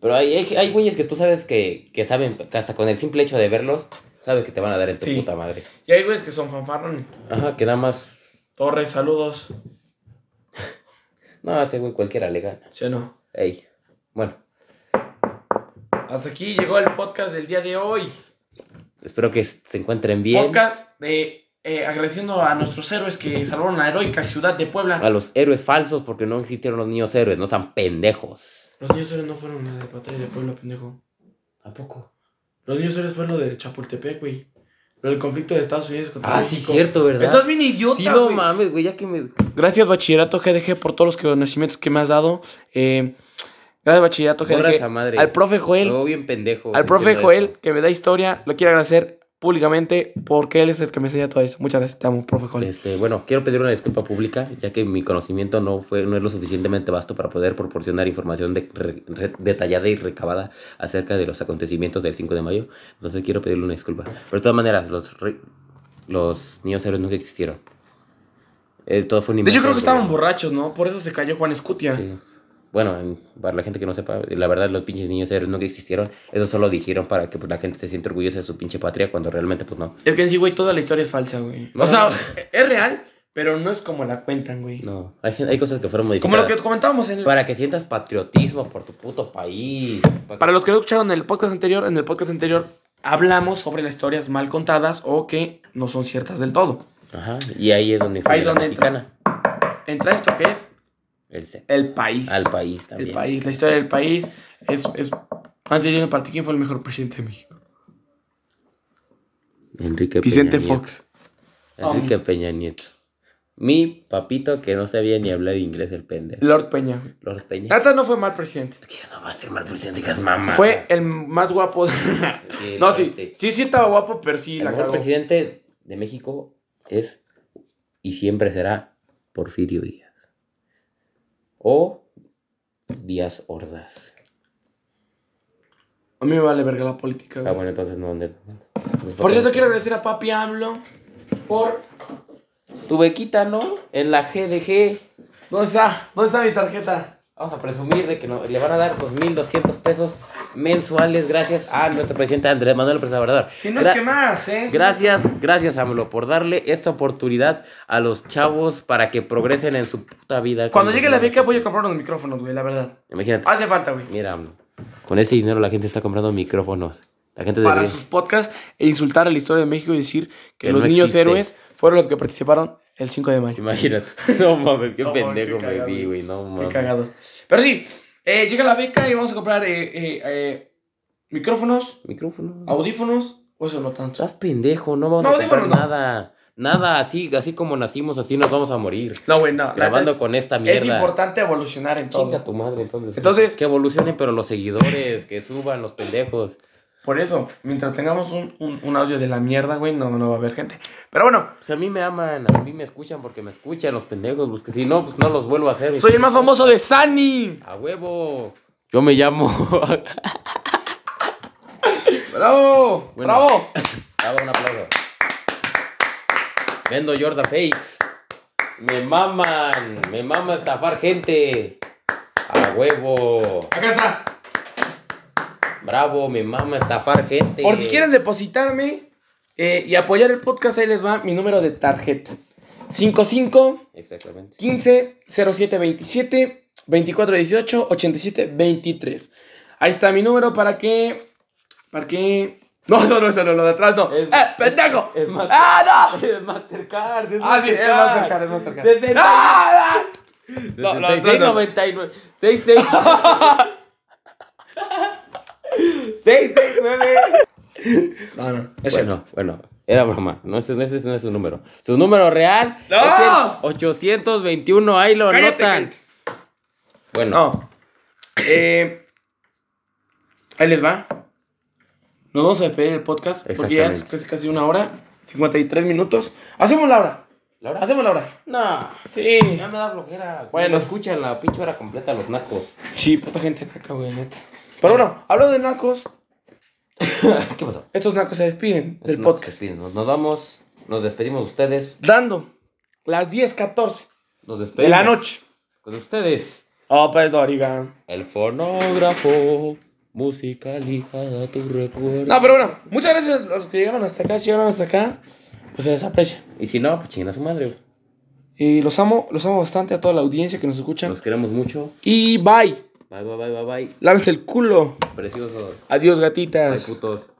[SPEAKER 2] Pero hay, hay, hay güeyes que tú sabes que, que saben, que hasta con el simple hecho de verlos, sabes que te van a dar en tu
[SPEAKER 1] Sí.
[SPEAKER 2] puta madre.
[SPEAKER 1] Y hay güeyes que son fanfarrones.
[SPEAKER 2] Ajá, que nada más.
[SPEAKER 1] Torres, saludos.
[SPEAKER 2] No, ese güey cualquiera le gana.
[SPEAKER 1] ¿Sí o no?
[SPEAKER 2] Ey. Bueno,
[SPEAKER 1] Hasta aquí llegó el podcast del día de hoy.
[SPEAKER 2] espero que s- se encuentren bien.
[SPEAKER 1] Podcast de. eh, agradeciendo a nuestros héroes que salvaron la heroica ciudad de
[SPEAKER 2] A
[SPEAKER 1] Puebla.
[SPEAKER 2] los héroes falsos, porque no existieron los niños héroes, no sean pendejos.
[SPEAKER 1] Los niños héroes no fueron la de batalla de Puebla, pendejo.
[SPEAKER 2] ¿A poco?
[SPEAKER 1] Los niños héroes fue lo de Chapultepec, güey. Lo del conflicto de Estados Unidos contra
[SPEAKER 2] Ah, sí,
[SPEAKER 1] México.
[SPEAKER 2] cierto, ¿verdad?
[SPEAKER 1] Estás bien idiota,
[SPEAKER 2] Sí, no
[SPEAKER 1] güey.
[SPEAKER 2] mames, güey, ya que me.
[SPEAKER 1] Gracias, Bachillerato GDG, por todos los conocimientos que me has dado. Eh, gracias, Bachillerato
[SPEAKER 2] Borra esa
[SPEAKER 1] GDG.
[SPEAKER 2] madre.
[SPEAKER 1] Al profe Joel,
[SPEAKER 2] Luego bien pendejo.
[SPEAKER 1] al profe
[SPEAKER 2] diciendo
[SPEAKER 1] Joel,
[SPEAKER 2] eso.
[SPEAKER 1] que me da historia. Lo quiero agradecer públicamente porque él es el que me enseña todo eso. Muchas gracias, te amo, profe Cole.
[SPEAKER 2] Este, bueno, quiero pedir una disculpa pública, ya que mi conocimiento no, fue, no es lo suficientemente vasto para poder proporcionar información de- re- re- detallada y recabada acerca de los acontecimientos del 5 de mayo. Entonces quiero pedirle una disculpa. Pero de todas maneras, los, re- los niños héroes nunca existieron. Eh, todo fue un
[SPEAKER 1] De hecho, creo
[SPEAKER 2] invento
[SPEAKER 1] que
[SPEAKER 2] del
[SPEAKER 1] estaban
[SPEAKER 2] gobierno.
[SPEAKER 1] borrachos, ¿no? Por eso se cayó Juan Escutia.
[SPEAKER 2] Sí. Bueno, en- para la gente que no sepa, la verdad los pinches niños héroes nunca existieron. Eso solo dijeron para que pues, la gente se sienta orgullosa de su pinche patria cuando realmente pues no.
[SPEAKER 1] Es que en sí, güey, toda la historia es falsa, güey.
[SPEAKER 2] No,
[SPEAKER 1] o sea,
[SPEAKER 2] no.
[SPEAKER 1] es real, pero no es como la cuentan, güey.
[SPEAKER 2] No, hay, gen- hay cosas que fueron
[SPEAKER 1] como
[SPEAKER 2] modificadas.
[SPEAKER 1] lo que comentábamos en el...
[SPEAKER 2] Para que sientas patriotismo por tu puto país.
[SPEAKER 1] Para los que no escucharon el podcast anterior, en el podcast anterior hablamos sobre las historias mal contadas o que no son ciertas del todo.
[SPEAKER 2] Ajá, y ahí es donde influye
[SPEAKER 1] Ahí
[SPEAKER 2] la
[SPEAKER 1] donde entra.
[SPEAKER 2] mexicana.
[SPEAKER 1] Entra esto que es
[SPEAKER 2] El se-
[SPEAKER 1] el país.
[SPEAKER 2] Al país también.
[SPEAKER 1] el país, la historia del país es... es... Antes de irnos para ti, ¿quién fue el mejor presidente de México?
[SPEAKER 2] Enrique
[SPEAKER 1] Vicente
[SPEAKER 2] Peña
[SPEAKER 1] Fox. Oh.
[SPEAKER 2] Nieto. Enrique Peña Nieto. Mi papito que no sabía ni hablar inglés el pendejo.
[SPEAKER 1] Lord Peña. güey.
[SPEAKER 2] Lord Peña.
[SPEAKER 1] Nata no fue mal presidente.
[SPEAKER 2] Que no va a ser mal presidente, digas mamá.
[SPEAKER 1] Fue el más guapo. de- no, sí. Sí, sí estaba guapo, pero sí
[SPEAKER 2] El
[SPEAKER 1] la
[SPEAKER 2] mejor
[SPEAKER 1] cagó.
[SPEAKER 2] presidente de México es y siempre será Porfirio Díaz. O Díaz Ordaz.
[SPEAKER 1] A mí me vale verga la política,
[SPEAKER 2] Ah,
[SPEAKER 1] güey.
[SPEAKER 2] bueno, pues, entonces no. ¿dónde? Entonces,
[SPEAKER 1] Por cierto,
[SPEAKER 2] qué?
[SPEAKER 1] quiero agradecer a Papi AMLO por...
[SPEAKER 2] Tu bequita, ¿no? En la GDG.
[SPEAKER 1] ¿Dónde está? ¿Dónde está mi tarjeta?
[SPEAKER 2] Vamos a presumir de que no- le van a dar 2.200 pesos mensuales gracias a nuestro presidente Andrés Manuel López Obrador.
[SPEAKER 1] Si no es
[SPEAKER 2] Gra-
[SPEAKER 1] que más, ¿eh? Si no es
[SPEAKER 2] Gracias, gracias AMLO por darle esta oportunidad a los chavos para que progresen en su puta vida.
[SPEAKER 1] Cuando llegue la beca voy a
[SPEAKER 2] comprar.
[SPEAKER 1] comprar unos micrófonos, güey, la verdad.
[SPEAKER 2] Imagínate.
[SPEAKER 1] Hace falta, güey.
[SPEAKER 2] Mira, AMLO, con ese dinero la gente está comprando micrófonos. La gente
[SPEAKER 1] Para
[SPEAKER 2] debería-
[SPEAKER 1] sus podcasts e insultar a la historia de México y decir que,
[SPEAKER 2] Que
[SPEAKER 1] los
[SPEAKER 2] no
[SPEAKER 1] niños
[SPEAKER 2] existe.
[SPEAKER 1] héroes fueron los que participaron el 5 de mayo.
[SPEAKER 2] Imagínate. No mames, qué
[SPEAKER 1] No mames,
[SPEAKER 2] pendejo
[SPEAKER 1] qué
[SPEAKER 2] me
[SPEAKER 1] cagado,
[SPEAKER 2] vi,
[SPEAKER 1] güey.
[SPEAKER 2] güey. No
[SPEAKER 1] Qué
[SPEAKER 2] mames.
[SPEAKER 1] cagado. Pero sí, eh, llega la beca y vamos a comprar eh, eh, eh, micrófonos,
[SPEAKER 2] Micrófono.
[SPEAKER 1] audífonos, o eso no tanto.
[SPEAKER 2] Estás pendejo, no vamos
[SPEAKER 1] No,
[SPEAKER 2] a comprar
[SPEAKER 1] dímelo, no.
[SPEAKER 2] nada. Nada, así, así como nacimos, así nos vamos a morir.
[SPEAKER 1] No, güey, no. la
[SPEAKER 2] Grabando
[SPEAKER 1] neta
[SPEAKER 2] con esta
[SPEAKER 1] es, es
[SPEAKER 2] mierda.
[SPEAKER 1] importante evolucionar en todo.
[SPEAKER 2] Chinga tu madre, entonces.
[SPEAKER 1] Entonces-
[SPEAKER 2] Que evolucionen, pero los seguidores, que suban los pendejos.
[SPEAKER 1] Por eso, mientras tengamos un, un- un audio de la mierda, güey, no, no va a haber gente. Pero bueno,
[SPEAKER 2] O sea, Pues, a mí me aman, a mí me escuchan porque me escuchan los pendejos. Pues que si no, pues no los vuelvo a hacer. mis
[SPEAKER 1] soy el más famoso de Sani.
[SPEAKER 2] A huevo. Yo me llamo.
[SPEAKER 1] ¡Bravo!
[SPEAKER 2] Bueno.
[SPEAKER 1] ¡Bravo!
[SPEAKER 2] Daba un aplauso. Vendo Jordan Fakes. Me maman. Me mama estafar gente. A huevo.
[SPEAKER 1] Acá está.
[SPEAKER 2] Bravo, me mama estafar gente.
[SPEAKER 1] Por si quieren depositarme eh, y apoyar el podcast, ahí les va mi número de tarjeta. 55
[SPEAKER 2] Exactamente.
[SPEAKER 1] 15 07 27 24 18 87 23. Ahí está mi número para que. Para que. No, no, no, eso no, lo de atrás no.
[SPEAKER 2] Es-
[SPEAKER 1] ¡Eh, pendejo!
[SPEAKER 2] es más-
[SPEAKER 1] ¡Ah, no!
[SPEAKER 2] Es Mastercard. Es
[SPEAKER 1] Ah, sí, es más cercano, es más cercano.
[SPEAKER 2] 69.
[SPEAKER 1] ¡Ah, no! No, no, no, no.
[SPEAKER 2] 99. 66. 669.
[SPEAKER 1] No, no, es cierto.
[SPEAKER 2] Bueno, bueno, era broma. No, ese, ese no es su número. Su número real
[SPEAKER 1] ¡No!
[SPEAKER 2] es el 821. Ahí lo
[SPEAKER 1] Cállate,
[SPEAKER 2] anotan.
[SPEAKER 1] cállate.
[SPEAKER 2] Bueno,
[SPEAKER 1] No. Eh, ahí les va. Nos vamos a despedir del podcast porque ya es
[SPEAKER 2] Exactamente.
[SPEAKER 1] casi, casi una hora, 53 minutos. Hacemos la hora,
[SPEAKER 2] ¿Laura?
[SPEAKER 1] hacemos la hora.
[SPEAKER 2] No,
[SPEAKER 1] Sí.
[SPEAKER 2] ya me da flojera.
[SPEAKER 1] Bueno.
[SPEAKER 2] Bueno, escuchan la pinche hora completa los nacos.
[SPEAKER 1] Sí, puta gente naca, güey, neta. Pero bueno, hablando de nacos,
[SPEAKER 2] ¿Qué pasó?
[SPEAKER 1] estos nacos se despiden
[SPEAKER 2] Es
[SPEAKER 1] del
[SPEAKER 2] una-
[SPEAKER 1] podcast.
[SPEAKER 2] sí, nos, nos vamos, nos despedimos de ustedes.
[SPEAKER 1] Dando las 10.14
[SPEAKER 2] Nos
[SPEAKER 1] de
[SPEAKER 2] despedimos.
[SPEAKER 1] la noche.
[SPEAKER 2] Con ustedes,
[SPEAKER 1] Oh, pues, Doriga.
[SPEAKER 2] el fonógrafo. Musicalizada tu recuerdo.
[SPEAKER 1] No, pero bueno, muchas gracias a los que llegaron hasta acá. Si llegaron hasta acá, pues se les aprecia.
[SPEAKER 2] Y si no, pues chinguen a su madre.
[SPEAKER 1] Y los amo, los amo bastante a toda la audiencia que nos escucha.
[SPEAKER 2] Los queremos mucho.
[SPEAKER 1] Y bye.
[SPEAKER 2] Bye, bye, bye, bye, bye.
[SPEAKER 1] Lávense el culo.
[SPEAKER 2] Preciosos.
[SPEAKER 1] Adiós,
[SPEAKER 2] Bye,
[SPEAKER 1] gatitas.
[SPEAKER 2] putos.